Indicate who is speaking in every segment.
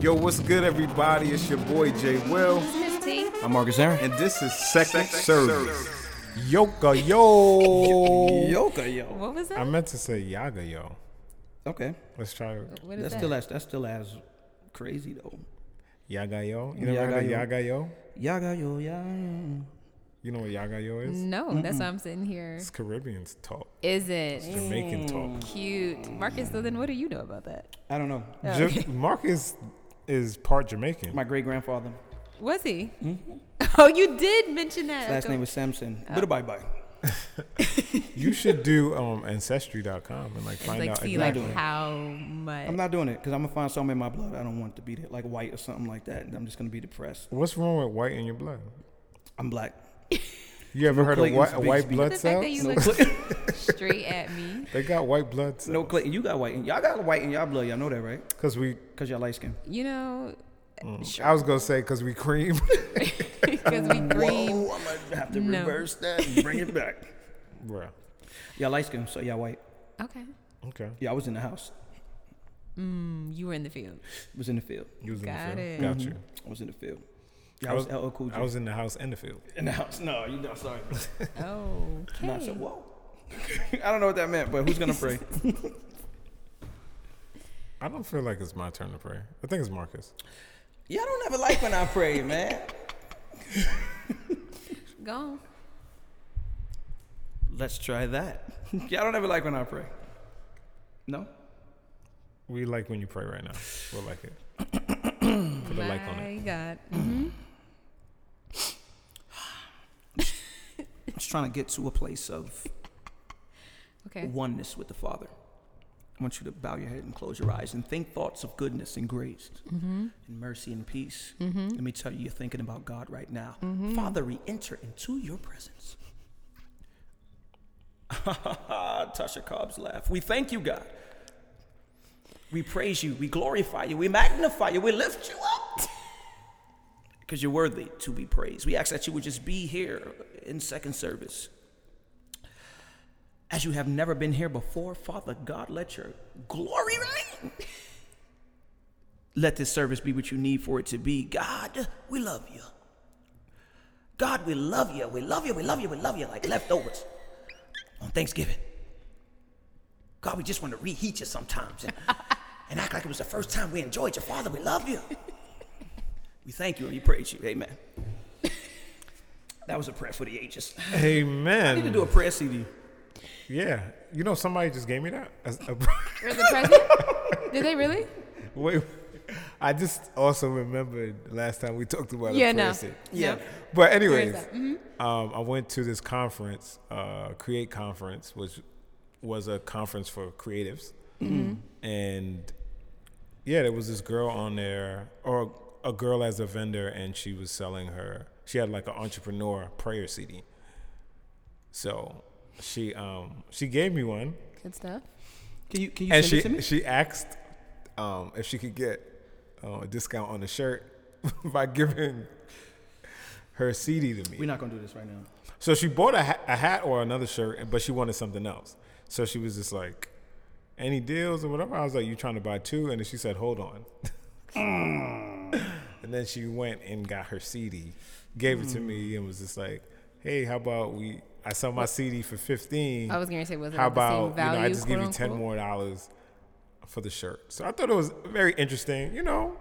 Speaker 1: Yo, what's good, everybody? It's your boy Jay Will,
Speaker 2: I'm Marcus Aaron.
Speaker 1: and this is Second Service. Yoka yo.
Speaker 2: Yoka, yo.
Speaker 3: What was
Speaker 4: I
Speaker 3: that?
Speaker 4: meant to say Yaga yo.
Speaker 2: Okay,
Speaker 4: Let's try it.
Speaker 3: What is
Speaker 2: that's
Speaker 3: that?
Speaker 2: still as that's still as crazy though.
Speaker 4: Yaga yo. You never heard of
Speaker 2: Yaga yo.
Speaker 4: Yaga yo?
Speaker 2: Yaga, yo, yaga.
Speaker 4: You know what Yaga yo is?
Speaker 3: no, that's why I'm sitting here.
Speaker 4: It's Caribbean talk,
Speaker 3: Is it
Speaker 4: Jamaican talk.
Speaker 3: cute, Marcus? So then, what do you know about that? Oh,
Speaker 2: I don't know.
Speaker 4: Ja- Marcus is part Jamaican.
Speaker 2: My great grandfather,
Speaker 3: Was he? Oh, you did mention that.
Speaker 2: last
Speaker 3: Okay.
Speaker 2: name was Sampson. Little bye bye.
Speaker 4: You should do um, ancestry.com and like find
Speaker 3: Like,
Speaker 4: out.
Speaker 3: see, like
Speaker 4: exactly.
Speaker 3: how much?
Speaker 2: I'm not doing it because I'm gonna find something in my blood I don't want to be there, like white or something like that. And I'm just gonna be depressed.
Speaker 4: What's wrong with white in your blood?
Speaker 2: I'm black.
Speaker 4: You ever heard of
Speaker 2: Clayton's
Speaker 4: white, white
Speaker 2: Bixby.
Speaker 4: blood
Speaker 3: the fact that
Speaker 4: cells?
Speaker 3: you
Speaker 2: No,
Speaker 3: look
Speaker 2: Clay-
Speaker 3: straight at me.
Speaker 4: They got white blood
Speaker 2: no,
Speaker 4: cells
Speaker 2: Clayton, you got white. In, y'all got white in y'all blood. Y'all know that, right?
Speaker 4: because we. mm,
Speaker 2: Cause y'all light skin.
Speaker 3: You know,
Speaker 4: I was gonna say because we cream.
Speaker 3: because we green.
Speaker 2: I'm gonna have to
Speaker 3: No.
Speaker 2: reverse that and bring it back.
Speaker 4: Bruh.
Speaker 2: Y'all light skin, so y'all white.
Speaker 3: Okay,
Speaker 4: Okay.
Speaker 2: Yeah, I was in the house.
Speaker 3: Mm, you were in the field.
Speaker 2: Was in the field. Mm-hmm.
Speaker 4: You was in
Speaker 3: Got
Speaker 4: the
Speaker 3: it.
Speaker 4: field. Got you.
Speaker 2: I was in the field.
Speaker 4: I
Speaker 2: I Mm-hmm. was,
Speaker 4: was-
Speaker 2: LL Cool J.
Speaker 4: I was in the house and the field.
Speaker 2: in the house. No, you not sorry. bro.
Speaker 3: Oh,
Speaker 2: Not so whoa. I don't know what that meant, but who's gonna pray?
Speaker 4: I don't feel like it's my turn to pray. I think it's Marcus.
Speaker 2: Y'all don't ever like when I pray, man.
Speaker 3: Gone.
Speaker 2: Let's try that. Y'all don't ever like when I pray. No.
Speaker 4: We like when you pray right now. We'll like it. Put a
Speaker 3: My
Speaker 4: like on it.
Speaker 3: God.
Speaker 2: I'm just trying to get to a place of
Speaker 3: Okay.
Speaker 2: oneness with the Father. I want you to bow your head and close your eyes and think thoughts of goodness and grace and mercy and peace. Let me tell you, you're thinking about God right now. Father, re enter into your presence. Tasha Cobb's laugh. We thank you, God. We praise you. We glorify you. We magnify you. We lift you up because you're worthy to be praised. We ask that you would just be here in second service as you have never been here before, Father God, let your glory reign. Let this service be what you need for it to be. God, we love you. God, we love you. We love you. We love you. We love you like leftovers on Thanksgiving. God, we just want to reheat you sometimes and, and act like it was the first time we enjoyed you. Father, we love you. We thank you and we praise you. Amen. That was a prayer for the ages. I need to
Speaker 4: Amen.
Speaker 2: do a prayer CD.
Speaker 4: yeah. You know, somebody just gave me that. As a-
Speaker 3: Where's the president? Did they really?
Speaker 4: Wait. I just also remembered last time we talked about
Speaker 3: Yeah,
Speaker 4: a prayer
Speaker 3: no.
Speaker 4: set.
Speaker 2: Yeah.
Speaker 4: But anyways,
Speaker 3: that? Mm-hmm.
Speaker 4: um, I went to this conference, uh, Create Conference, which was a conference for creatives,
Speaker 3: Mm-hmm.
Speaker 4: and yeah, there was this girl on there, or a girl as a vendor, and she was selling her. She had like an entrepreneur prayer CD. So she um, she gave me one,
Speaker 3: Good stuff.
Speaker 2: Can you can you
Speaker 4: and
Speaker 2: send it to me?
Speaker 4: she she asked um, if she could get uh, a discount on the shirt by giving her CD to me.
Speaker 2: We're not gonna do this right now.
Speaker 4: So she bought a, ha- a hat or another shirt, but she wanted something else. So she was just like, "Any deals or whatever?" I was like, "You trying to buy two? And then she said, "Hold on." and then she went and got her CD, gave it to
Speaker 2: Hmm.
Speaker 4: me, and was just like, "Hey, how about we? I sell my CD for fifteen.
Speaker 3: I was gonna say, was it
Speaker 4: how
Speaker 3: at the same
Speaker 4: about you know I
Speaker 3: value,
Speaker 4: just give you
Speaker 3: quote,
Speaker 4: ten
Speaker 3: unquote?
Speaker 4: more dollars for the shirt?" So I thought it was very interesting. You know,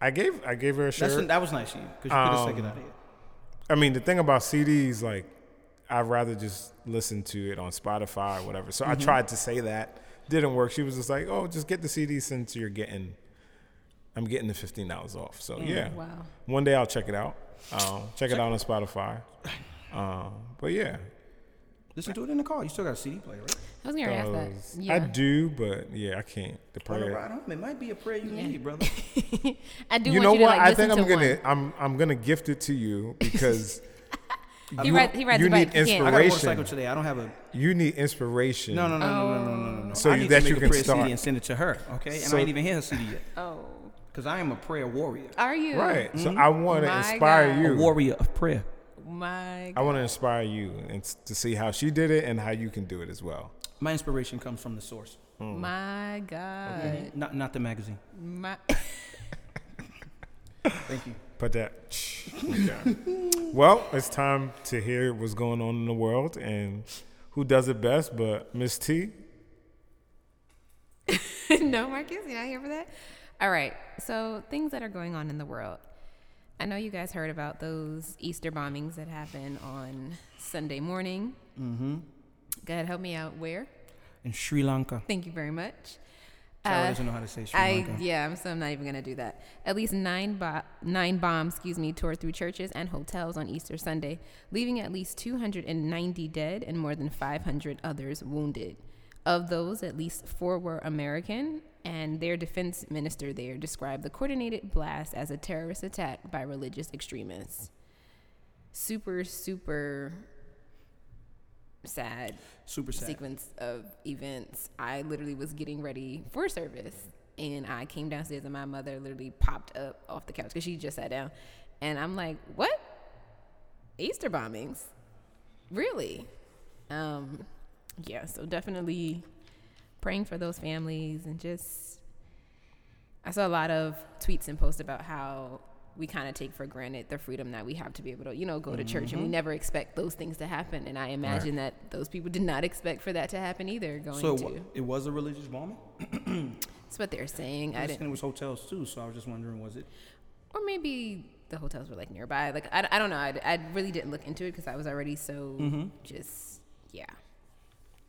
Speaker 4: I gave I gave her a shirt.
Speaker 2: That's, that was nice of you because you could have taken it out of here.
Speaker 4: I mean, the thing about CDs, like, I'd rather just listen to it on Spotify or whatever. So I tried to say that. Didn't work. She was just like, oh, just get the CD since you're getting, I'm getting the $15 off. So yeah.
Speaker 3: Mm, wow.
Speaker 4: One day I'll check it out. Um, check, it out on Spotify. Um, but yeah.
Speaker 2: Listen to it in the car. You still got a CD player, right?
Speaker 3: I was gonna ask that.
Speaker 4: those-
Speaker 3: Yeah.
Speaker 4: I do, but yeah, I can't. The
Speaker 2: On the
Speaker 4: prayer.
Speaker 2: ride home, it might be a prayer you
Speaker 3: Yeah.
Speaker 2: need, brother.
Speaker 3: I do.
Speaker 4: You
Speaker 3: want
Speaker 4: know
Speaker 3: you to,
Speaker 4: what?
Speaker 3: Like,
Speaker 4: I
Speaker 3: listen
Speaker 4: think I'm
Speaker 3: to
Speaker 4: gonna
Speaker 3: one.
Speaker 4: I'm I'm gonna gift it to you because
Speaker 3: He
Speaker 4: you-
Speaker 3: rides- he rides
Speaker 4: you
Speaker 3: a bike.
Speaker 4: need
Speaker 3: He can't.
Speaker 2: I got a
Speaker 4: Inspiration.
Speaker 2: motorcycle today. I don't have a.
Speaker 4: you need inspiration.
Speaker 2: No, no, no, no, no, no, no, no, no.
Speaker 4: So
Speaker 2: I
Speaker 4: you-
Speaker 2: need
Speaker 4: that
Speaker 2: to
Speaker 4: you
Speaker 2: make
Speaker 4: can
Speaker 2: a prayer
Speaker 4: start.
Speaker 2: CD and send it to her, okay? And
Speaker 4: So-
Speaker 2: I ain't even hear her CD yet
Speaker 3: Oh,
Speaker 2: because I am a prayer warrior,
Speaker 3: are you?
Speaker 4: Right.
Speaker 2: Mm-hmm.
Speaker 4: So I want to
Speaker 3: My
Speaker 4: inspire
Speaker 3: God.
Speaker 4: you.
Speaker 2: a warrior of prayer.
Speaker 3: My.
Speaker 4: I want to inspire you and s- to see how she did it and how you can do it as well.
Speaker 2: My
Speaker 4: Hmm.
Speaker 2: inspiration comes from the source,
Speaker 3: My God.
Speaker 2: not not the magazine.
Speaker 3: My.
Speaker 2: Thank you.
Speaker 4: But that. Okay. well, it's time to hear what's going on in the world and who does it best. But Miss T,
Speaker 3: no, Marcus, you're not here for that. All right. So things that are going on in the world. I know you guys heard about those Easter bombings that happened on Sunday morning. Mm-hmm. God help me out. Where?
Speaker 2: In Sri Lanka.
Speaker 3: Thank you very much.
Speaker 2: Sarah
Speaker 3: Uh,
Speaker 2: doesn't know how to say Sri
Speaker 3: I
Speaker 2: Lanka.
Speaker 3: yeah, I'm, so I'm not even gonna do that. At least nine bo- nine bombs, excuse me, tore through churches and hotels on Easter Sunday, leaving at least 290 dead and more than 500 others wounded. Of those, at least four were American, and their defense minister there described the coordinated blast as a terrorist attack by religious extremists. Super, super sad
Speaker 2: Super sad.
Speaker 3: sequence of events. I literally was getting ready for service and I came downstairs and my mother literally popped up off the couch because she just sat down. And I'm like, what? Easter bombings? Really? Um, yeah, so definitely praying for those families and just. I saw a lot of tweets and posts about how we kind of take for granted the freedom that we have to be able to, you know, go to church and we never expect those things to happen. And I imagine that those people did not expect for that to happen either going
Speaker 2: So it,
Speaker 3: to.
Speaker 2: wa- it was a religious bombing.
Speaker 3: That's what they're saying.
Speaker 2: I
Speaker 3: I
Speaker 2: was thinking
Speaker 3: didn't,
Speaker 2: it was hotels too, so I was just wondering, was it?
Speaker 3: or maybe the hotels were like nearby. Like, I, I don't know. I, I really didn't look into it because I was already so just, yeah.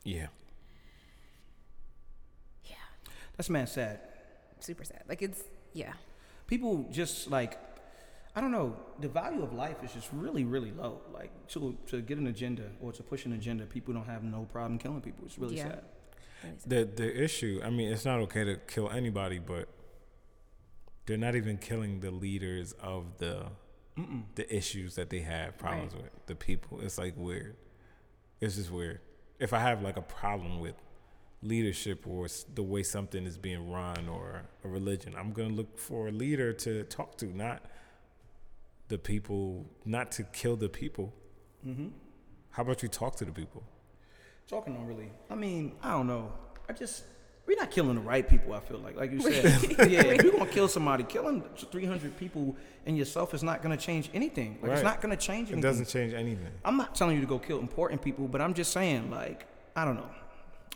Speaker 4: yeah,
Speaker 3: Yeah.
Speaker 2: That's man sad.
Speaker 3: Super sad. Like, it's, yeah.
Speaker 2: People just like, I don't know. The value of life is just really, really low. Like to to get an agenda or to push an agenda, people don't have no problem killing people. It's really
Speaker 3: Yeah.
Speaker 2: sad.
Speaker 4: the the issue. I mean, it's not okay to kill anybody, but they're not even killing the leaders of the the issues that they have problems with. The people. It's like weird. It's just weird. If I have like a problem with leadership or s- the way something is being run or a religion, I'm gonna look for a leader to talk to, not the people, not to kill the people. How about you talk to the people?
Speaker 2: Talking on really. I mean, I don't know. I just we're not killing the right people. I feel like, like you said, yeah. If you're gonna kill somebody, killing 300 people and yourself is not gonna change anything. Like
Speaker 4: Right.
Speaker 2: it's not gonna change anything.
Speaker 4: It doesn't change anything.
Speaker 2: I'm not telling you to go kill important people, but I'm just saying, like, I don't know.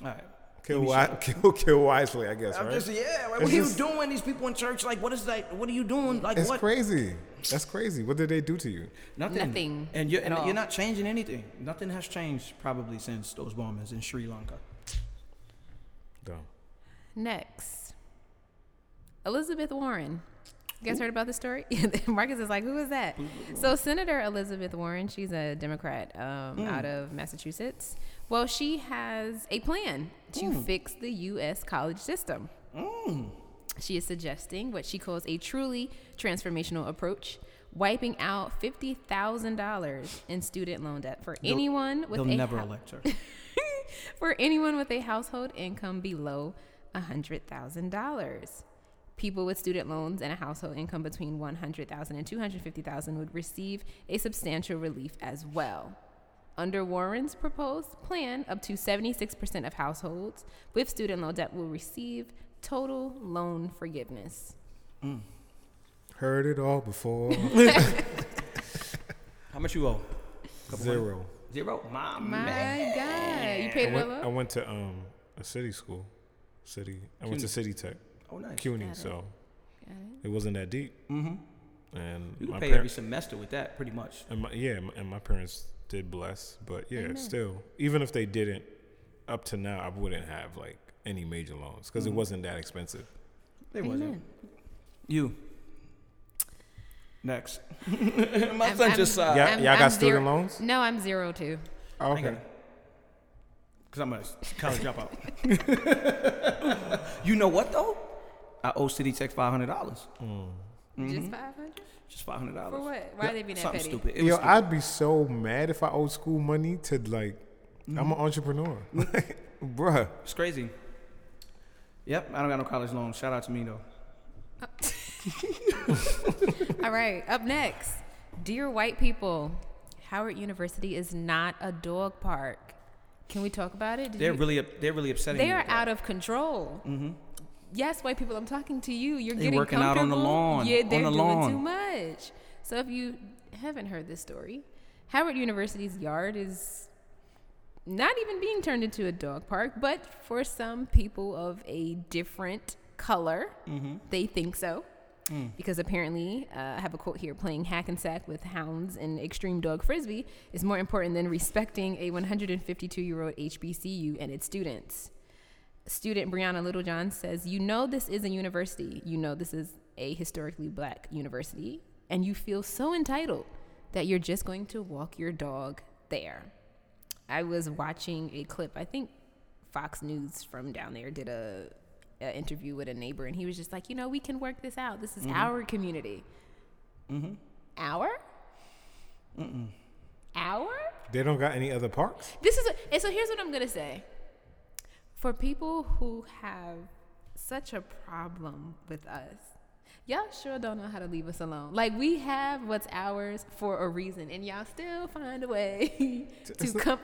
Speaker 2: All right.
Speaker 4: Kill,
Speaker 2: Let me
Speaker 4: wi-
Speaker 2: shut up.
Speaker 4: kill, kill wisely, I guess,
Speaker 2: I'm
Speaker 4: right?
Speaker 2: just yeah. Like,
Speaker 4: It's
Speaker 2: what are you
Speaker 4: just-
Speaker 2: doing? These people in church, like, what is that? What are you doing? Like,
Speaker 4: it's
Speaker 2: what?
Speaker 4: crazy. That's crazy. What did they do to you?
Speaker 2: Nothing.
Speaker 3: Nothing
Speaker 2: And you're
Speaker 3: at
Speaker 2: and
Speaker 3: all.
Speaker 2: you're not changing anything. Nothing has changed probably since those bombings in Sri Lanka.
Speaker 4: Dumb.
Speaker 3: Next, Elizabeth Warren. You guys heard about this story? Marcus is like, who is that? So, Senator Elizabeth Warren, she's a Democrat um,
Speaker 2: Hmm.
Speaker 3: out of Massachusetts. Well, she has a plan to
Speaker 2: Hmm.
Speaker 3: fix the U.S. college system. She is suggesting what she calls a truly transformational approach, wiping out $50,000 in student loan debt for anyone with
Speaker 2: They'll
Speaker 3: a
Speaker 2: never
Speaker 3: hou-
Speaker 2: elect her.
Speaker 3: for anyone with a household income below $100,000. People with student loans and a household income between 100,000 and 250,000 would receive a substantial relief as well. Under Warren's proposed plan, up to 76% of households with student loan debt will receive total loan forgiveness.
Speaker 4: Heard it all before.
Speaker 2: How much you owe?
Speaker 4: Zero.
Speaker 2: Zero. My, man.
Speaker 3: My God, you
Speaker 4: I
Speaker 3: paid
Speaker 4: went,
Speaker 3: well
Speaker 4: I
Speaker 3: up?
Speaker 4: went to um, a city school. City. I went to City Tech.
Speaker 2: Oh nice.
Speaker 4: CUNY, so it wasn't that deep. Mm-hmm. And
Speaker 2: You
Speaker 4: my
Speaker 2: can pay
Speaker 4: par-
Speaker 2: every semester with that, pretty much.
Speaker 4: and my, yeah, m- and my parents did bless, but yeah, still, even if they didn't, up to now, I wouldn't have like any major loans because
Speaker 2: Mm-hmm.
Speaker 4: it wasn't that expensive.
Speaker 2: It wasn't. You. Next. My
Speaker 3: I'm-
Speaker 2: son
Speaker 3: I'm-
Speaker 2: just uh, sighed.
Speaker 4: Yeah,
Speaker 3: I'm-
Speaker 4: y'all got
Speaker 3: I'm
Speaker 4: student
Speaker 3: zero-
Speaker 4: loans?
Speaker 3: No, I'm zero too.
Speaker 4: Okay.
Speaker 2: Because I'm a college dropout. you know what, though? I owe City Tech $500.
Speaker 3: Just 500?
Speaker 2: Just $500.
Speaker 3: For what? Why are they being that
Speaker 2: Something
Speaker 3: petty?
Speaker 2: stupid. It was
Speaker 4: Yo,
Speaker 2: stupid.
Speaker 4: I'd be so mad if I owed school money to like.
Speaker 3: Mm-hmm.
Speaker 4: I'm an entrepreneur, Like, bruh.
Speaker 2: it's crazy. Yep, I don't got no college loan. Shout out to me, though.
Speaker 3: All right, up next. Dear white people, Howard University is not a dog park. Can we talk about it? Did
Speaker 2: They're
Speaker 3: you-
Speaker 2: really, up- they're really upsetting
Speaker 3: they
Speaker 2: me
Speaker 3: are
Speaker 2: with that.
Speaker 3: out of control. yes, white people, I'm talking to you. You're
Speaker 5: Mm-hmm. They
Speaker 3: getting
Speaker 5: working out on the
Speaker 3: comfortable.
Speaker 5: lawn,
Speaker 3: Yeah,
Speaker 5: on
Speaker 3: they're
Speaker 5: the
Speaker 3: doing
Speaker 5: lawn.
Speaker 3: too much. So if you haven't heard this story, Howard University's yard is not even being turned into a dog park, but for some people of a different color,
Speaker 5: Mm-hmm.
Speaker 3: they think so.
Speaker 5: Mm.
Speaker 3: Because apparently, uh, I have a quote here playing hack and sack with hounds and extreme dog frisbee is more important than respecting a 152 year old HBCU and its students. Student Brianna Littlejohn says, You know, this is a university. You know, this is a historically black university. And you feel so entitled that you're just going to walk your dog there. I was watching a clip. I think Fox News from down there did a, a interview with a neighbor, and he was just like, you know, we can work this out. This is our community. Mm-hmm. Our. Our.
Speaker 4: They don't got any other parks.
Speaker 3: This is. A, and so here's what I'm gonna say. For people who have such a problem with us, y'all sure don't know how to leave us alone. Like we have what's ours for a reason, and y'all still find a way to
Speaker 4: It's not-
Speaker 3: come.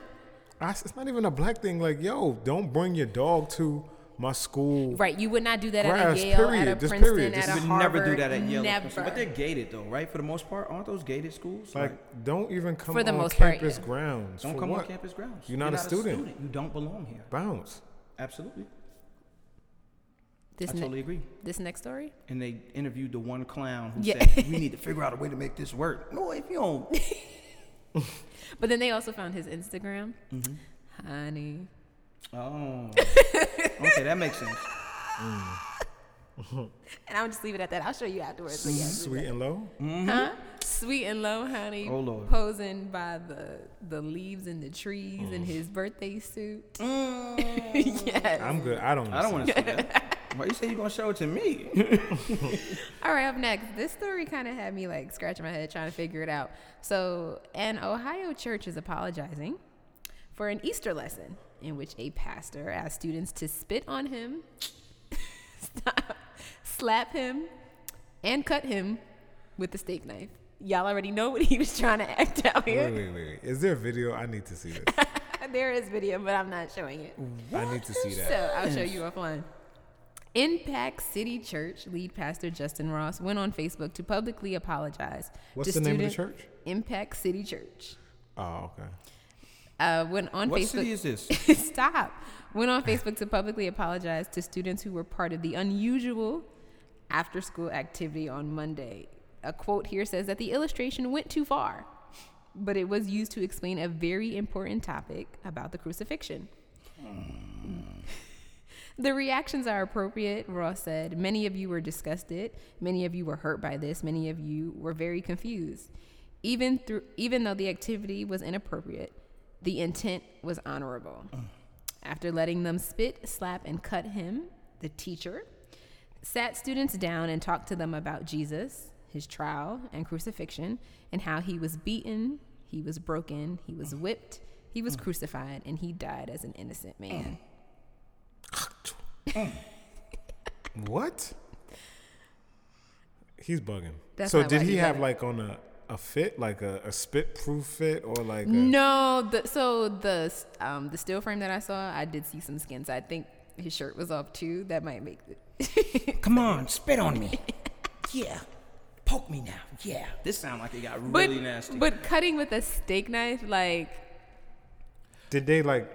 Speaker 4: I, it's not even a black thing. Like, yo, don't bring your dog to my school.
Speaker 3: Right, you would not do that at a
Speaker 4: Right,
Speaker 3: Yale,
Speaker 4: period,
Speaker 3: at a
Speaker 4: just
Speaker 3: Princeton,
Speaker 4: period.
Speaker 3: at
Speaker 4: Just
Speaker 3: a
Speaker 4: would
Speaker 5: would
Speaker 3: Harvard.
Speaker 5: never do that at Yale.
Speaker 3: Never.
Speaker 5: But they're gated though, right? For the most part, aren't those gated schools?
Speaker 4: Like, don't even come
Speaker 3: For the
Speaker 4: on
Speaker 3: most part,
Speaker 4: campus
Speaker 3: yeah.
Speaker 4: grounds.
Speaker 5: don't
Speaker 4: For
Speaker 5: come
Speaker 4: what?
Speaker 5: on campus grounds.
Speaker 4: You're not a student.
Speaker 5: You don't belong here.
Speaker 4: Bounce.
Speaker 5: Absolutely,
Speaker 3: this,
Speaker 5: I
Speaker 3: ne-
Speaker 5: totally agree.
Speaker 3: this next story?
Speaker 5: And they interviewed the one clown who
Speaker 3: Yeah.
Speaker 5: said, "We need to figure out a way to make this work." No, if you don't,
Speaker 3: But then they also found his Instagram.
Speaker 5: Mm-hmm.
Speaker 3: Honey.
Speaker 5: oh, okay, that makes sense.
Speaker 3: And I'll just leave it at that. I'll show you afterwards. But yes,
Speaker 4: Sweet and low.
Speaker 3: huh? Sweet and low, honey.
Speaker 5: Oh, Lord.
Speaker 3: Posing by the the leaves and the trees
Speaker 5: Mm.
Speaker 3: in his birthday suit. yes.
Speaker 4: I'm good. I don't.
Speaker 5: I don't want to see that. Why you say you gonna show it to me?
Speaker 3: All right, up next. This story kind of had me like scratching my head trying to figure it out. So, an Ohio church is apologizing for an Easter lesson in which a pastor asked students to spit on him, stop, slap him, and cut him with a steak knife. Y'all already know what he was trying to act out
Speaker 4: Wait,
Speaker 3: here.
Speaker 4: wait, wait, wait. Is there a video? I need to see this.
Speaker 3: there is video, but I'm not showing it.
Speaker 4: I need to see
Speaker 3: So
Speaker 4: that.
Speaker 3: I'll show you offline. Impact City Church lead pastor Justin Ross went on Facebook to publicly apologize.
Speaker 4: What's
Speaker 3: to
Speaker 4: the name of the
Speaker 3: student-
Speaker 4: church?
Speaker 3: Impact City Church.
Speaker 4: Oh, okay.
Speaker 3: Uh, went on
Speaker 5: What
Speaker 3: Facebook.
Speaker 5: city is this?
Speaker 3: Stop. Went on Facebook to publicly apologize to students who were part of the unusual after school activity on Monday. A quote here says that the illustration went too far, but it was used to explain a very important topic about the crucifixion. The reactions are appropriate, Ross said. Many of you were disgusted. Many of you were hurt by this. Many of you were very confused. Even through, even though the activity was inappropriate, the intent was honorable. After letting them spit, slap, and cut him, the teacher sat students down and talked to them about Jesus, his trial and crucifixion, and how he was beaten, he was broken, he was whipped, he was crucified, and he died as an innocent man.
Speaker 4: What? He's bugging.
Speaker 3: That's
Speaker 4: so
Speaker 3: not
Speaker 4: did
Speaker 3: right,
Speaker 4: he
Speaker 3: you
Speaker 4: have
Speaker 3: better-
Speaker 4: like on a a fit, like a, a spit proof fit, or like? A,
Speaker 3: No, the, so the um, the still frame that I saw, I did see some skins. I think his shirt was off too. That might make it.
Speaker 5: Come on, spit on me. Yeah, poke me now. Yeah, this sound like it got
Speaker 3: but
Speaker 5: really nasty.
Speaker 3: but cutting with a steak knife, like
Speaker 4: Did they like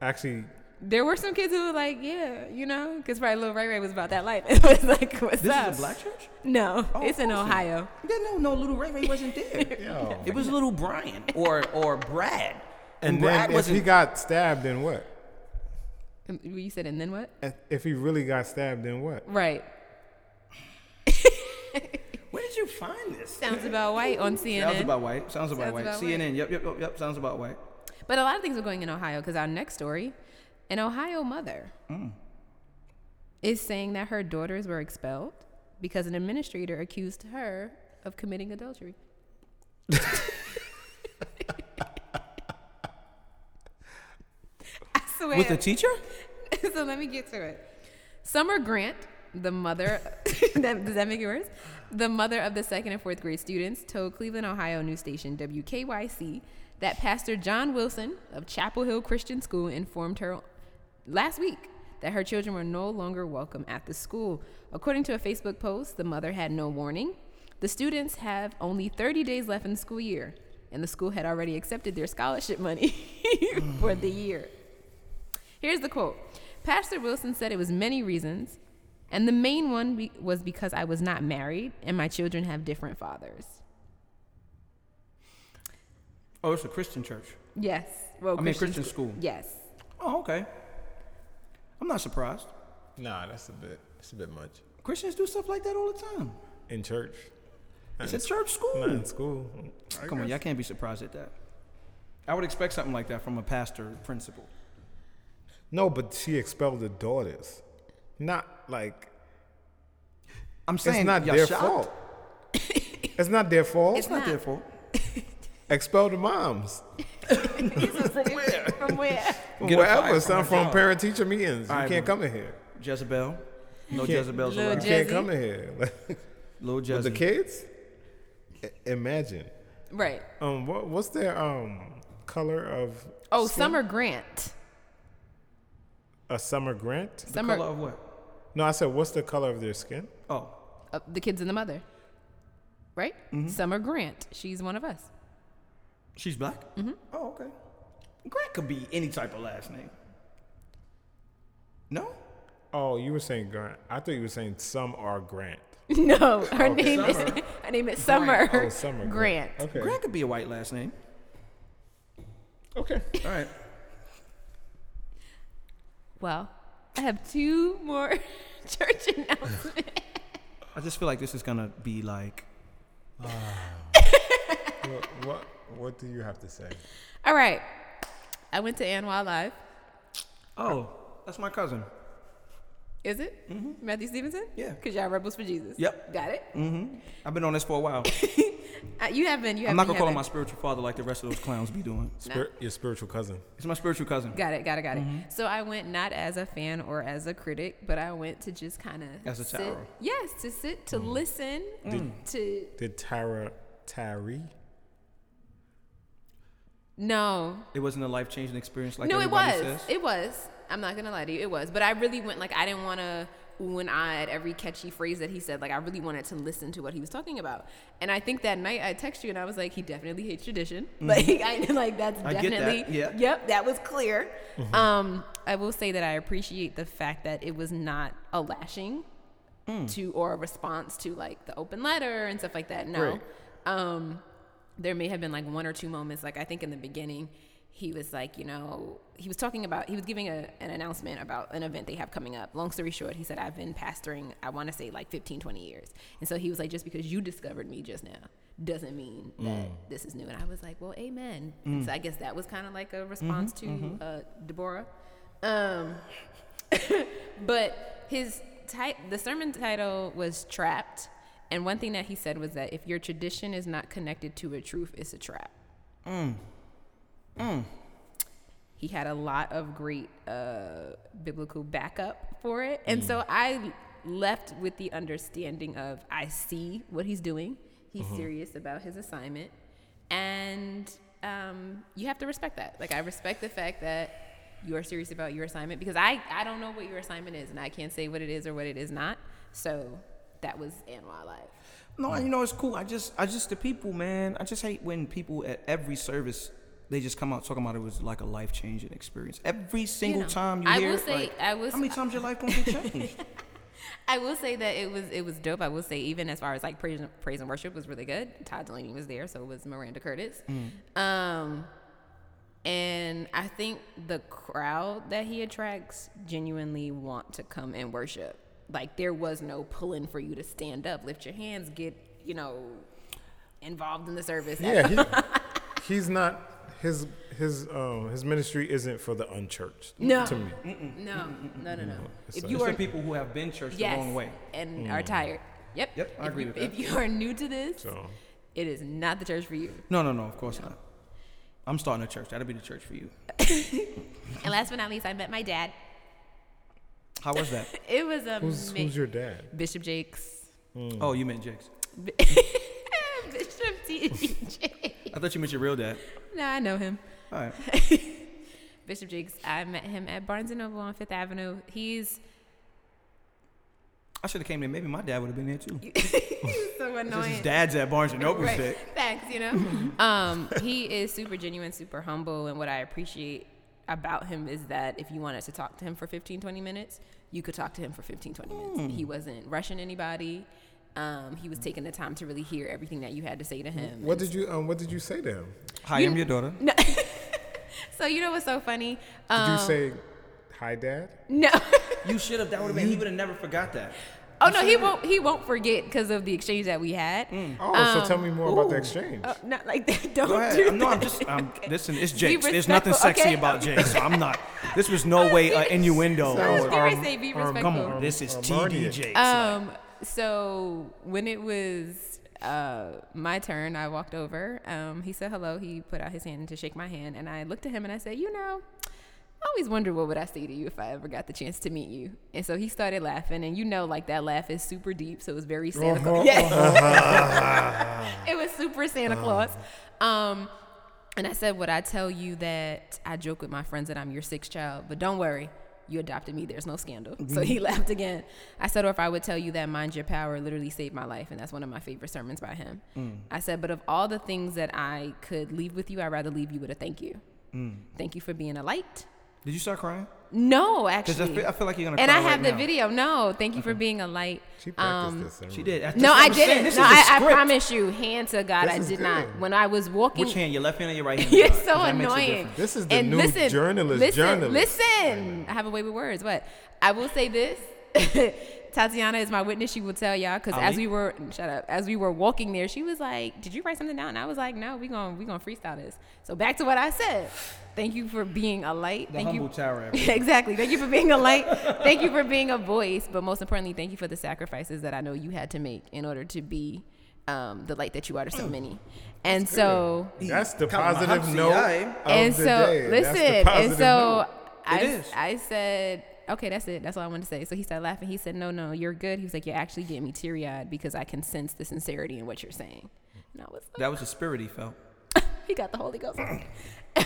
Speaker 4: actually?
Speaker 3: there were some kids who were like, yeah, you know, because probably Lil Ray Ray was about that life. It was like, what's
Speaker 5: this
Speaker 3: up?
Speaker 5: is a black church.
Speaker 3: No,
Speaker 5: Oh,
Speaker 3: it's in
Speaker 5: of course it-
Speaker 3: Ohio.
Speaker 5: Yeah, no, no, little Ray Ray wasn't there.
Speaker 4: Yo.
Speaker 5: It was little Brian or or Brad.
Speaker 4: And
Speaker 5: Brad
Speaker 4: then if he got stabbed, then what?
Speaker 3: Um, You said, and then what?
Speaker 4: If- If he really got stabbed, then what?
Speaker 3: Right.
Speaker 5: Where did you find this?
Speaker 3: Sounds about white on CNN.
Speaker 5: Sounds about white. Sounds about
Speaker 3: Sounds
Speaker 5: white.
Speaker 3: about white.
Speaker 5: CNN. Yep, yep, yep, yep. Sounds about white.
Speaker 3: But a lot of things are going in Ohio because our next story, an Ohio mother
Speaker 5: Mm.
Speaker 3: is saying that her daughters were expelled because an administrator accused her of committing adultery. I swear.
Speaker 5: With a teacher?
Speaker 3: so let me get to it. Summer Grant, the mother, that, does that make it worse? The mother of the second and fourth grade students told Cleveland, Ohio news station WKYC that Pastor John Wilson of Chapel Hill Christian School informed her last week that her children were no longer welcome at the school. According to a Facebook post, the mother had no warning. The students have only 30 days left in the school year, and the school had already accepted their scholarship money for the year. Here's the quote Pastor Wilson said it was many reasons, and the main one be- was because I was not married and my children have different fathers.
Speaker 2: Oh, it's a Christian church.
Speaker 3: Yes. Well,
Speaker 2: I mean, Christian school.
Speaker 3: Yes.
Speaker 2: Oh, okay. I'm not surprised.
Speaker 4: Nah, that's a bit. That's a bit much.
Speaker 2: Christians do stuff like that all the time.
Speaker 4: In church,
Speaker 2: It's a church school.
Speaker 4: not in school.
Speaker 2: Come on, y'all can't be surprised at that. I would expect something like that from a pastor principal.
Speaker 4: No, but she expelled the daughters. Not like
Speaker 2: I'm saying
Speaker 4: it's not
Speaker 2: y'all
Speaker 4: their
Speaker 2: shocked?
Speaker 4: fault. it's not their fault.
Speaker 2: It's not their fault.
Speaker 4: Expel the moms.
Speaker 3: From where?
Speaker 4: From
Speaker 2: Get a
Speaker 4: Wherever.
Speaker 2: fire
Speaker 4: It's
Speaker 2: from
Speaker 4: not
Speaker 2: her
Speaker 4: from
Speaker 2: job.
Speaker 4: parent teacher meetings. You
Speaker 2: All right,
Speaker 4: can't
Speaker 2: bro.
Speaker 4: come in here.
Speaker 2: Jezebel. No Jezebels
Speaker 3: Lil
Speaker 2: allowed.
Speaker 4: You can't
Speaker 3: Jezzy.
Speaker 4: come in here.
Speaker 2: Little
Speaker 4: With the
Speaker 2: Jezebel.
Speaker 4: kids? I- imagine.
Speaker 3: Right.
Speaker 4: Um what what's their um color of
Speaker 3: Oh, Summer Grant.
Speaker 4: a summer grant?
Speaker 3: Summer,
Speaker 2: Color of what?
Speaker 4: No, I said what's the color of their skin?
Speaker 2: Oh,
Speaker 3: uh, the kids and the mother. Right? Summer Grant. She's one of us.
Speaker 2: she's black. Mm-hmm. Oh, okay. Grant could be any type of last name. No.
Speaker 4: Oh, you were saying grant. I thought you were saying some are grant.
Speaker 3: No, her name is her name is Summer,
Speaker 4: Oh, summer
Speaker 3: Grant.
Speaker 4: Okay.
Speaker 2: Grant could be a white last name.
Speaker 4: Okay.
Speaker 2: All right.
Speaker 3: Well, I have two more church announcements.
Speaker 2: I just feel like this is gonna be like
Speaker 4: what, what what do you have to say?
Speaker 3: All right, I went to Anwa Live.
Speaker 2: Oh, that's my cousin.
Speaker 3: Is it Matthew Stevenson?
Speaker 2: Mm-hmm. Yeah.
Speaker 3: Cause y'all rebels for Jesus.
Speaker 2: Yep.
Speaker 3: Got it.
Speaker 2: I've been on this for a while.
Speaker 3: Uh, you have been. You have
Speaker 2: I'm not
Speaker 3: been,
Speaker 2: gonna call him
Speaker 3: you
Speaker 2: my
Speaker 3: have
Speaker 2: spiritual father like the rest of those clowns be doing.
Speaker 4: Spir- your spiritual cousin.
Speaker 2: It's my spiritual cousin.
Speaker 3: been. Got it. Got it. Got
Speaker 2: Mm-hmm.
Speaker 3: it. So I went not as a fan or as a critic, but I went to just kind of
Speaker 2: As a
Speaker 3: sit,
Speaker 2: tower. Mm.
Speaker 3: Yes, to sit to listen to
Speaker 4: Did Tara Tyree?
Speaker 3: no
Speaker 2: It wasn't a life changing experience like
Speaker 3: no, it was.
Speaker 2: everybody says.
Speaker 3: It was. I'm not gonna lie to you. It was. But I really went like I didn't want to ooh and ah at every catchy phrase that he said. Like I really wanted to listen to what he was talking about. And I think that night I texted you and I was like, he definitely hates tradition. Like I like that's
Speaker 2: Mm-hmm. I get that,
Speaker 3: definitely
Speaker 2: yeah. Mm-hmm.
Speaker 3: Yep, that was clear. Um, I will say that I appreciate the fact that it was not a lashing
Speaker 2: Mm.
Speaker 3: to or a response to like the open letter and stuff like that. No.
Speaker 4: Right.
Speaker 3: Um, there may have been like one or two moments. Like I think in the beginning, he was like, you know, he was talking about he was giving a, an announcement about an event they have coming up. Long story short, he said, I've been pastoring, I want to say like 15, 20 years. And so he was like, just because you discovered me just now doesn't mean that this is new. And I was like, well, amen. And so I guess that was kind of like a response to Uh, Deborah. Um, but his ti- the sermon title was trapped and one thing that he said was that if your tradition is not connected to a truth it's a trap he had a lot of great uh, biblical backup for it and so i left with the understanding of i see what he's doing he's serious about his assignment and um, you have to respect that like i respect the fact that you are serious about your assignment because i i don't know what your assignment is and i can't say what it is or what it is not so that was Anwar Live.
Speaker 2: No, you know it's cool. I just, I just the people, man. I just hate when people at every service they just come out talking about it was like a life changing experience. Every single
Speaker 3: know,
Speaker 2: time you
Speaker 3: I
Speaker 2: hear,
Speaker 3: will
Speaker 2: it,
Speaker 3: say- uh,
Speaker 2: like,
Speaker 3: I will
Speaker 2: how many
Speaker 3: s-
Speaker 2: times your life gonna be changed?
Speaker 3: I will say that it was it was dope. I will say even as far as like praise and, praise and worship was really good. Todd Delaney was there, so was Miranda Curtis.
Speaker 2: Mm.
Speaker 3: Um, and I think the crowd that he attracts genuinely want to come and worship. Like there was no pulling for you to stand up, lift your hands, get you know involved in the service.
Speaker 4: Yeah, he, he's not his his um his ministry isn't for the unchurched.
Speaker 3: No.
Speaker 4: To me.
Speaker 3: No, no, no, no. If
Speaker 4: like-
Speaker 3: you
Speaker 2: It's
Speaker 3: are
Speaker 2: the people who have been church
Speaker 3: yes,
Speaker 2: the wrong way. Mm.
Speaker 3: and are tired. Yep.
Speaker 2: Yep, I
Speaker 3: if
Speaker 2: agree
Speaker 3: you,
Speaker 2: with that.
Speaker 3: If you are new to this,
Speaker 4: So
Speaker 3: it is not the church for you.
Speaker 2: No, no, no. Of course not. I'm starting a church. That'll be the church for you.
Speaker 3: And last but not least, I met my dad.
Speaker 2: How was that?
Speaker 3: It was
Speaker 4: who's
Speaker 3: amazing.
Speaker 4: who's your dad?
Speaker 3: Bishop Jakes.
Speaker 2: Oh, you meant Jake's.
Speaker 3: Bi- Bishop D. Jakes.
Speaker 2: I thought you meant your real dad.
Speaker 3: No, I know him.
Speaker 2: All right.
Speaker 3: Bishop Jakes. I met him at Barnes and Noble on Fifth Avenue. He's
Speaker 2: I should have came there. Maybe my dad would have been there too.
Speaker 3: so
Speaker 2: Since his
Speaker 3: annoying.
Speaker 2: dad's at Barnes and Noble
Speaker 3: Right.
Speaker 2: shit.
Speaker 3: Facts, you know. um, he is super genuine, super humble, and what I appreciate about him is that if you wanted to talk to him for 15, 20 minutes, you could talk to him for 15, 20
Speaker 4: Hmm.
Speaker 3: minutes. He wasn't rushing anybody. Um, he was taking the time to really hear everything that you had to say to him.
Speaker 4: What did you um, What did you say to him?
Speaker 2: Hi, I'm your daughter.
Speaker 3: So you know what's so funny?
Speaker 4: Did
Speaker 3: Um,
Speaker 4: you say, "Hi, Dad"?
Speaker 3: no.
Speaker 2: You should have. That would have been. He would have never forgot that.
Speaker 3: oh no, he won't. He won't forget because of the exchange that we had.
Speaker 4: Oh,
Speaker 3: um,
Speaker 4: so tell me more about the exchange.
Speaker 3: Oh, not like that. Don't
Speaker 2: Mm. Go ahead.
Speaker 3: do
Speaker 2: I'm, no, I'm
Speaker 3: that.
Speaker 2: just. I'm, Listen, it's
Speaker 3: Be
Speaker 2: Jake's. There's nothing
Speaker 3: respectful, okay?
Speaker 2: sexy about Jake's. So I'm not. This was no way an innuendo.
Speaker 3: I was
Speaker 2: or- um,
Speaker 3: gonna say be
Speaker 2: or-
Speaker 3: respectful.
Speaker 2: come on, this is
Speaker 4: Or
Speaker 2: TD
Speaker 4: Marty.
Speaker 2: Jakes.
Speaker 3: Um, so when it was uh, my turn, I walked over. Um, he said hello. He put out his hand to shake my hand, and I looked at him and I said, "You know, I always wonder what would I say to you if I ever got the chance to meet you." And so he started laughing, and you know, like that laugh is super deep, so it was very Santa Claus. Yes, it was super Santa Claus. Um, and I said, "Would I tell you that I joke with my friends that I'm your sixth child? But don't worry, you adopted me. There's no scandal." So he laughed again. I said, "Or if I would tell you that Mind Your Power literally saved my life, and that's one of my favorite sermons by him." I said, "But of all the things that I could leave with you, I'd rather leave you with a thank you. Thank you for being a light."
Speaker 2: Did you start crying?
Speaker 3: No,
Speaker 2: Because I,
Speaker 3: actually,
Speaker 2: feel- I feel like you're gonna.
Speaker 3: and
Speaker 2: cry
Speaker 3: I have
Speaker 2: right
Speaker 3: the
Speaker 2: now.
Speaker 3: video. No, thank you for being a light.
Speaker 4: She practiced
Speaker 3: Um,
Speaker 4: this.
Speaker 2: She did. That's
Speaker 3: no,
Speaker 2: what
Speaker 3: I
Speaker 2: I'm saying.
Speaker 3: didn't.
Speaker 2: This
Speaker 3: No,
Speaker 2: is a
Speaker 3: I, I
Speaker 2: script.
Speaker 3: promise you, hand to God,
Speaker 4: This
Speaker 3: I
Speaker 4: is
Speaker 3: did not.
Speaker 4: good.
Speaker 3: When I was walking,
Speaker 2: Which hand? Your left hand or your right hand?
Speaker 3: You're so
Speaker 2: That makes a
Speaker 3: annoying.
Speaker 2: difference.
Speaker 4: This is the new journalist,
Speaker 3: Listen,
Speaker 4: journalist.
Speaker 3: listen. I have a way with words. What I will say this. Tatiana is my witness. She will tell y'all because as
Speaker 2: Ali?
Speaker 3: we were shut up, as we were walking there, she was like, "Did you write something down?" And I was like, "No, we gonna we gonna freestyle this." So back to what I said. Thank you for being a light.
Speaker 2: The
Speaker 3: Thank
Speaker 2: humble
Speaker 3: you.
Speaker 2: tower average.
Speaker 3: exactly. Thank you for being a light. thank you for being a voice. But most importantly, thank you for the sacrifices that I know you had to make in order to be um, the light that you are
Speaker 4: Oh,
Speaker 3: to so many. And so.
Speaker 4: That's the
Speaker 2: Come on,
Speaker 4: positive
Speaker 2: Hopsy,
Speaker 4: note.
Speaker 2: aye.
Speaker 4: Of
Speaker 3: and
Speaker 4: the
Speaker 3: so
Speaker 4: day. That's
Speaker 3: listen
Speaker 4: the
Speaker 3: and
Speaker 4: positive
Speaker 3: so
Speaker 2: It
Speaker 3: I,
Speaker 2: is.
Speaker 3: I said okay that's it that's all i wanted to say so he started laughing he said no no you're good he was like you're actually getting me teary-eyed because i can sense the sincerity in what you're saying and i was like,
Speaker 2: That was the spirit he felt.
Speaker 3: he got the holy ghost on.